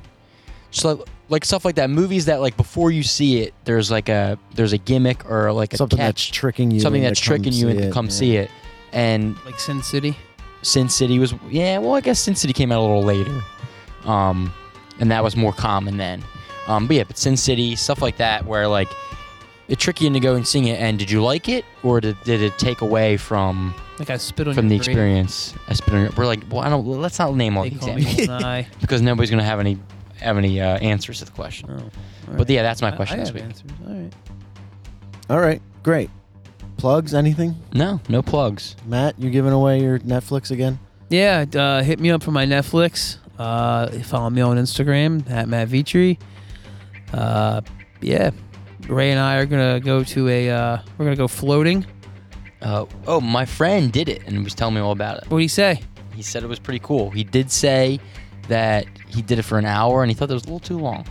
S2: So like, like stuff like that, movies that like before you see it, there's like a there's a gimmick or like a
S1: something that's
S2: catch,
S1: tricking you.
S2: something
S1: into
S2: that's
S1: come
S2: tricking you
S1: see
S2: into
S1: it,
S2: come
S1: yeah.
S2: see it. And
S3: Like Sin City.
S2: Sin City was yeah, well I guess Sin City came out a little later, um, and that was more common then. Um, but yeah, but Sin City stuff like that where like it tricked you into going and seeing it. And did you like it or did, did it take away from
S3: Like I spit on
S2: from the
S3: your grave.
S2: experience? I spit on your- We're like, well, I don't. Let's not name all
S3: They
S2: these.
S3: call
S2: names (laughs)
S3: me Goldeneye.
S2: because nobody's gonna have any have any uh, answers to the
S3: Oh,
S2: question. But yeah, that's my question this week.
S3: All right.
S1: All right, great. Plugs? Anything?
S2: No, no plugs.
S1: Matt, you giving away your Netflix again?
S3: Yeah, uh, hit me up for my Netflix. Uh, follow me on Instagram at Matt Vitri. Uh, yeah, Ray and I are gonna go to a. Uh, we're gonna go floating
S2: Uh, oh, my friend did it and was telling me all about it.
S3: What'd he say?
S2: He said it was pretty cool. He did say that he did it for an hour and he thought that was a little too long.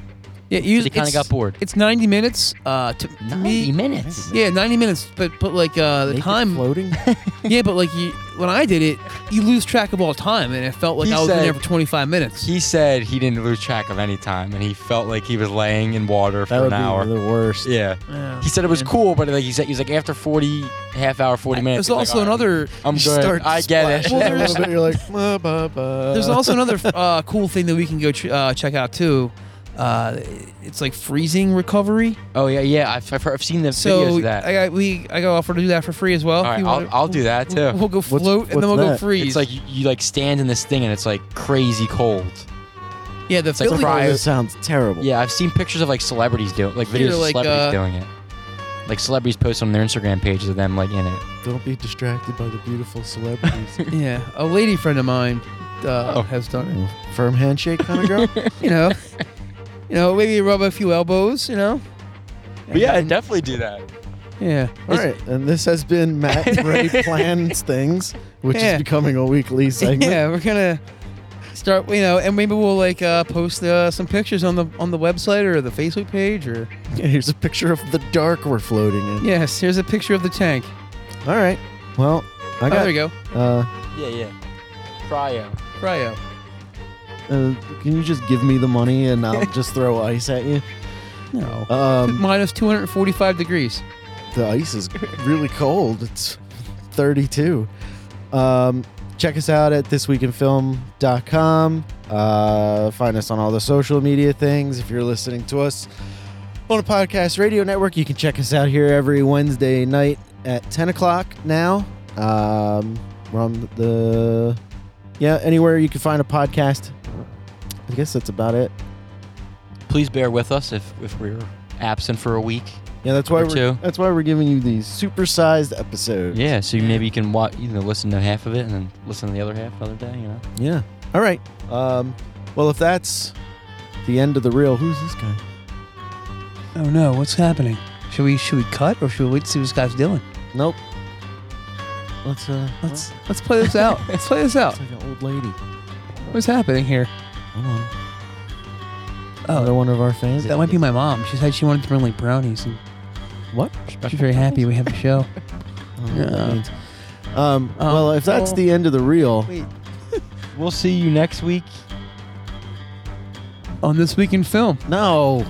S3: Yeah, you,
S2: He kind of
S3: it's-
S2: got bored.
S3: It's 90 minutes. Uh, to
S2: 90
S3: me,
S2: minutes.
S3: Yeah, 90 minutes. But but like uh, the
S1: Naked
S3: time.
S1: floating.
S3: (laughs) Yeah, but like you, when I did it, you lose track of all time, and it felt like
S2: He
S3: I was in there
S2: said-
S3: for 25 minutes.
S2: He said he didn't lose track of any time and he felt like he was laying in water
S1: That
S2: for
S1: would
S2: an hour.
S1: be the worst.
S2: yeah.
S3: Yeah,
S2: He said it was
S3: man.
S2: cool, but like he said, he was like after 40, half hour, 40 minutes.
S3: There's
S2: he's like, "All
S3: also
S2: right,
S3: another.
S2: I'm
S1: You
S2: good.
S1: start
S2: I get it.
S3: (laughs) splashing.
S1: After a little bit, you're like, "Bah, bah, bah."
S2: (laughs)
S3: There's also another uh, cool thing that we can go tr- uh, check out too. Uh, it's like freezing recovery.
S2: oh yeah, yeah. I've, I've, heard, I've seen the videos
S3: So
S2: of that.
S3: I got we I got offered to do that for free as well.
S2: All right,
S3: You
S2: I'll,
S3: wanna-
S2: I'll do that too.
S3: We'll go float and
S1: what's
S3: then we'll go
S1: that?
S3: freeze.
S2: It's like you, you like stand in this thing and it's like crazy cold.
S3: yeah, the
S2: it's like
S3: Philly
S2: fries.
S1: That sounds terrible.
S2: Yeah, I've seen pictures of like celebrities doing like
S3: Here,
S2: videos
S3: like,
S2: of celebrities
S3: uh,
S2: doing it. Like celebrities post on their Instagram pages of them like in it.
S1: Don't be distracted by the beautiful celebrities. (laughs)
S3: Yeah, a lady friend of mine uh,
S2: Oh.
S3: has done
S1: Firm handshake kind of girl.
S3: it. You know, you know, maybe rub a few elbows. You know.
S2: (laughs) But yeah, I definitely do that.
S3: Yeah.
S1: All right, and this has been Matt and
S3: (laughs)
S1: Ray plans things, which
S3: Yeah.
S1: is becoming a weekly segment.
S3: (laughs) Yeah, we're gonna start. You know, and maybe we'll like uh, post uh, some pictures on the on the website or the Facebook page or.
S1: Yeah, (laughs) Here's a picture of the dark we're floating in.
S3: Yes, here's a picture of the tank.
S1: All right. Well, I
S3: Oh, there we
S1: got.
S3: go.
S1: Uh,
S2: Yeah, yeah. Cryo.
S3: Cryo.
S1: uh, can you just give me the money and
S3: (laughs)
S1: I'll just throw ice at you?
S3: No.
S1: Um,
S3: Minus 245 degrees.
S1: the ice is really cold. It's 32. Um, check us out at thisweekinfilm.com. Uh, find us on all the social media things. If you're listening to us on a podcast radio network, you can check us out here every Wednesday night at 10 o'clock now. Um, we're on the, yeah, anywhere you can find a podcast. I guess that's about it.
S2: Please bear with us if if we're absent for a week.
S1: Yeah, that's why
S2: Or
S1: we're
S2: two.
S1: that's why we're giving you these supersized episodes.
S2: Yeah, so maybe you can watch, you know, listen to half of it and then listen to the other half another day. You know.
S1: Yeah. All right. Um, well, if that's the end of the reel, who's this guy?
S3: Oh no, what's happening? Should we should we cut or should we wait to see what this guy's doing?
S1: Nope. Let's uh,
S3: Let's let's play this (laughs) out. let's play this out.
S1: It's like an old lady.
S3: What's happening here?
S1: Hold on. Another
S3: Oh,
S1: one of our fans.
S3: that might be my mom. She said she wanted to bring like brownies, and
S1: what?
S3: she's very happy we have a show.
S1: I don't know what that
S3: Yeah. Oh.
S1: means. Um, well, if that's
S3: well-
S1: the end of the reel,
S3: (laughs) Wait,
S2: We'll see you next week.
S3: on this week in film.
S1: no.